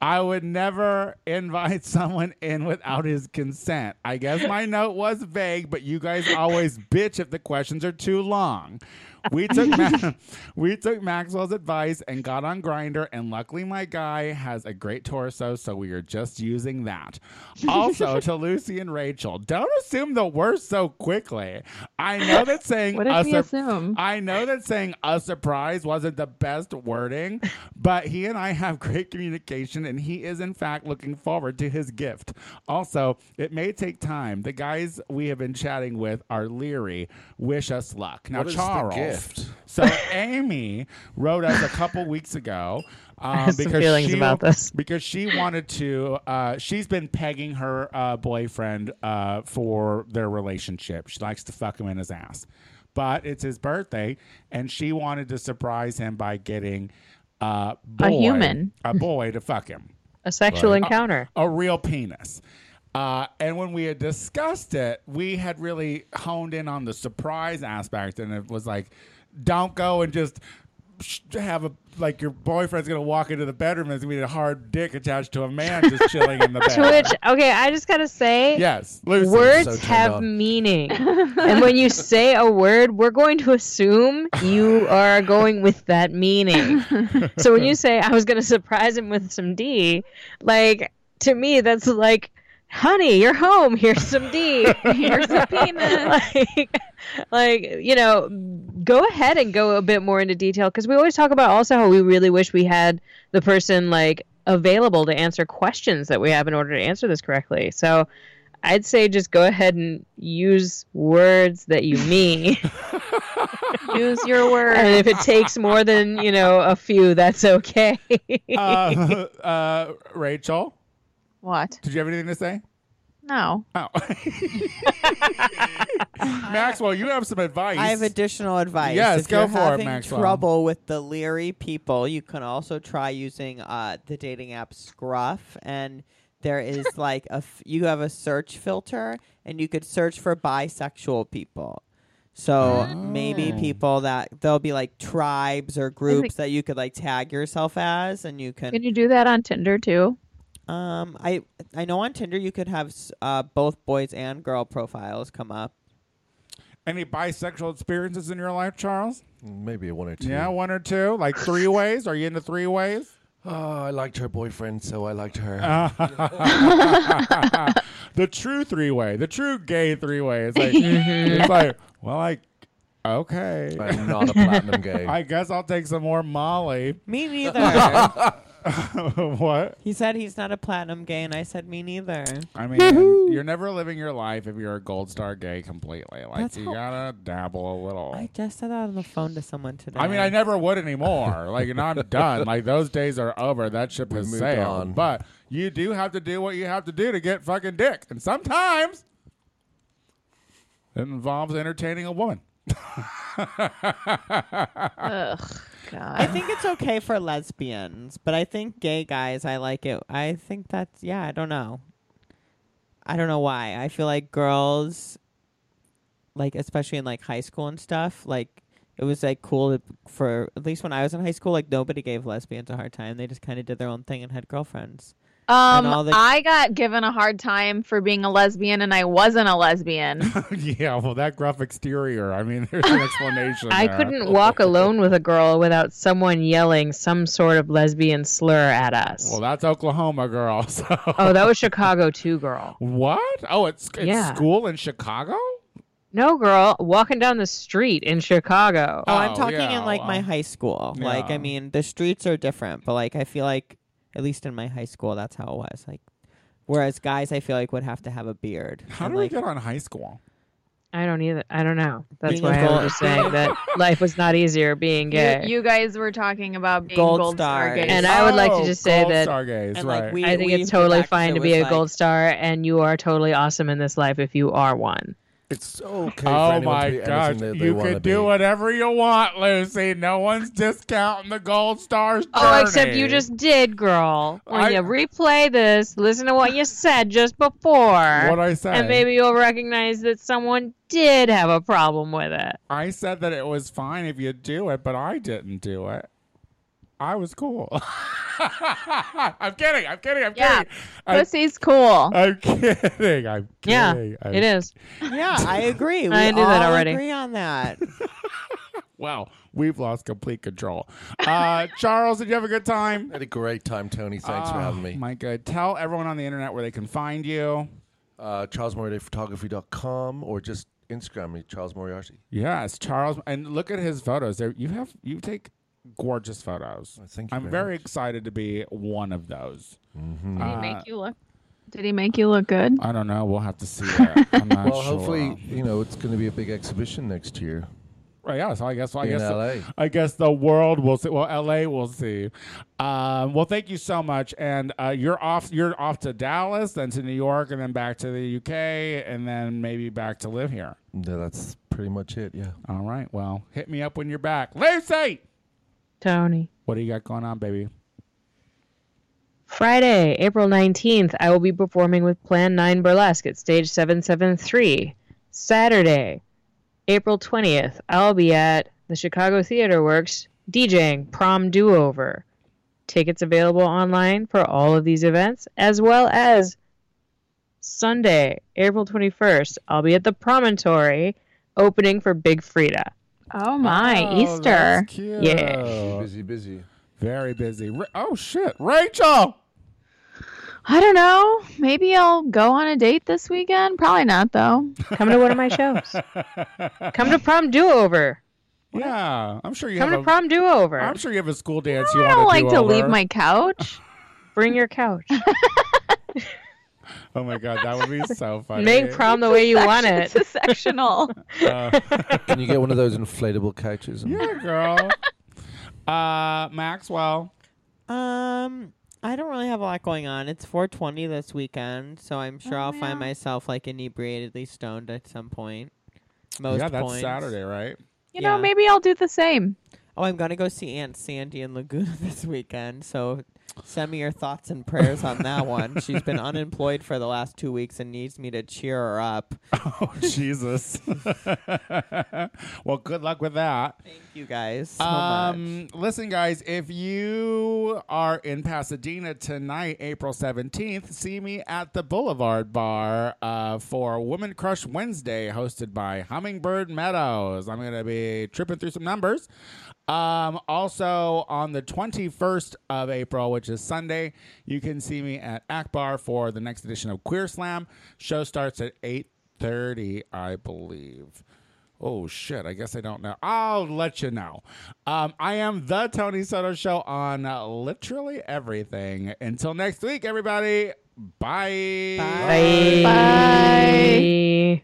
I would never invite someone in without his consent. I guess my note was vague, but you guys always bitch if the questions are too long. We took Ma- we took Maxwell's advice and got on Grinder, and luckily my guy has a great torso, so we are just using that. Also to Lucy and Rachel, don't assume the worst so quickly. I know that saying What did a we sur- assume? I know that saying a surprise wasn't the best wording, but he and I have great communication, and he is, in fact, looking forward to his gift. Also, it may take time. The guys we have been chatting with are leery. Wish us luck. Now, What is the Charles. gift? So, Amy wrote us a couple weeks ago. Um, have some feelings she, about this. because she wanted to. Uh, she's been pegging her uh, boyfriend uh, for their relationship. She likes to fuck him in his ass, but it's his birthday, and she wanted to surprise him by getting uh, boy, A human. a boy to fuck him a sexual encounter. a real penis. Uh, and when we had discussed it, we had really honed in on the surprise aspect, and it was like, don't go and just sh- have a like your boyfriend's gonna walk into the bedroom and it's gonna be a hard dick attached to a man just chilling in the bed. To which, okay, I just gotta say, yes, Lucy. words so turned have on. meaning, and when you say a word, we're going to assume you are going with that meaning. so when you say, "I was gonna surprise him with some D," like to me, that's like, "Honey, you're home. Here's some D." Here's a penis. like, like you know, go ahead and go a bit more into detail because we always talk about also how we really wish we had the person like available to answer questions that we have in order to answer this correctly. So I'd say just go ahead and use words that you mean, Use your and words. if it takes more than you know a few, that's okay. Uh, uh, Rachel, What? did you have anything to say? No. Oh, Maxwell, you have some advice. I have additional advice. Yes, if go you're for it, having Maxwell. trouble with the leery people, you can also try using uh, the dating app Scruff, and there is like a f- you have a search filter, and you could search for bisexual people. So maybe Oh. people that there'll be like tribes or groups that you could like tag yourself as, and you can Can you do that on Tinder too? um I I know on Tinder you could have s- uh, both boys and girl profiles come up. any bisexual experiences in your life, Charles? Maybe one or two. Yeah, one or two, like three ways. Are you into three ways? Oh, I liked her boyfriend, so I liked her. the true three way, the true gay three way. It's like Mm-hmm. it's like, well, like, okay, I'm not a platinum gay. I guess I'll take some more Molly. Me neither. what? He said he's not a platinum gay, and I said me neither. I mean, you're never living your life if you're a gold star gay completely. Like That's you how- gotta dabble a little. I I, just said that on the phone to someone today. mean, I never would anymore. like, and I'm done. Like those days are over. That ship We has moved sailed. on. But you do have to do what you have to do to get fucking dick, and sometimes it involves entertaining a woman. Ugh, God. I think it's okay for lesbians, but I think gay guys, I like it. I think that's yeah. I don't know. I don't know why. I feel like girls, like especially in like high school and stuff, like it was like cool to, for at least when I was in high school. Like nobody gave lesbians a hard time. They just kind of did their own thing and had girlfriends. Um, all the- I got given a hard time for being a lesbian, and I wasn't a lesbian. yeah, well, that gruff exterior. I mean, there's an explanation. I there. couldn't walk alone with a girl without someone yelling some sort of lesbian slur at us. Well, that's Oklahoma, girl. So oh, that was Chicago too, girl. what? Oh, it's it's Yeah. school in Chicago. No, girl, walking down the street in Chicago. Oh, I'm Oh, talking yeah, in like my well. high school. Like Yeah. I mean, the streets are different, but like I feel like at least in my high school, that's how it was. Like. Whereas guys, I feel like would have to have a beard. How and, do like, we get on high school? I don't either. I don't know. That's Being why a gold- I'm just saying that life was not easier being gay. You, you guys were talking about being Gold gold, star stars. gays. And I would like to Oh, just say gold that- Stargaze, And, right. like, we- I think we it's totally back fine to to be it a like- gold star, and you are totally awesome in this life if you are one. It's okay. for oh anyone to my be anything gosh, that they you wanna can be. do whatever you want, Lucy. No one's discounting the gold stars. Oh, except you journey. just did, girl. When I- you replay this, listen to what you said just before. What I said, and maybe you'll recognize that someone did have a problem with it. I said that it was fine if you do it, but I didn't do it. I was cool. I'm kidding. I'm kidding. I'm Yeah. kidding. I, Pussy's cool. I'm kidding. I'm kidding. Yeah, I'm, it is. Yeah, I agree. We I knew that all already. Agree on that. Wow, we've lost complete control. Uh, Charles, did you have a good time? I had a great time, Tony. Thanks for Oh, having me. My good. Tell everyone on the internet where they can find you. Uh, CharlesMoriartyPhotography.com or just Instagram me, Charles Moriarty. Yes, Charles, and look at his photos. There, you have you take gorgeous photos. Oh, thank you I'm very very much. Mm-hmm. excited to be one of those. Did he Uh, make you look? Did he make you look good? I don't know. We'll have to see. That. I'm not well, sure. hopefully, you know, it's going to be a big exhibition next year. Right, yeah. So I guess. I In guess. LA. I guess the world will see. Well, L.A. will see. Um, well, thank you so much. And uh, you're off. You're off to Dallas, then to New York, and then back to the U.K., and then maybe back to live here. No, that's pretty much it, yeah. All right. Well, hit me up when you're back, Lucy. Tony. What do you got going on, baby? Friday, April 19th, I will be performing with Plan 9 Burlesque at Stage 773. Saturday, April 20th, I'll be at the Chicago Theater Works DJing Prom Do Over. Tickets available online for all of these events, as well as Sunday, April 21st, I'll be at the Promontory opening for Big Frida. Oh my, Easter. That's cute. Yeah. Busy, busy. Very busy. Ra- oh shit, Rachel. I don't know. Maybe I'll go on a date this weekend. Probably not though. Come to one of my shows. Come to Prom Do Over. Yeah, I'm sure you Come have. to a- Prom Do Over. I'm sure you have a school dance. you I want don't like do to leave over. my couch. Bring your couch. Oh my god, that would be so funny. Make prom the way you want Section- it. It's a sectional. Uh, Can you get one of those inflatable couches? And yeah, girl. Uh, Maxwell. Um, I don't really have a lot going on. It's 4:20 this weekend, so I'm sure Oh, I'll find myself like inebriatedly stoned at some point. Most yeah, that's points. Saturday, right? You Yeah. know, maybe I'll do the same. Oh, I'm gonna go see Aunt Sandy in Laguna this weekend. So send me your thoughts and prayers on that one. She's been unemployed for the last two weeks and needs me to cheer her up. Oh Jesus. well, good luck with that. Thank you guys so Um, much. Listen, guys, if you are in Pasadena tonight, April 17th, see me at the Boulevard Bar uh, for Woman Crush Wednesday, hosted by Hummingbird Meadows. I'm going to be tripping through some numbers. Um, also, on the 21st of April, which is Sunday, you can see me at Akbar for the next edition of Queer Slam. Show starts at 8.30, I believe. Oh shit! I guess I don't know. I'll let you know. Um, I am the Tony Soto Show on uh, literally everything. Until next week, everybody. Bye. Bye. Bye. Bye. Bye.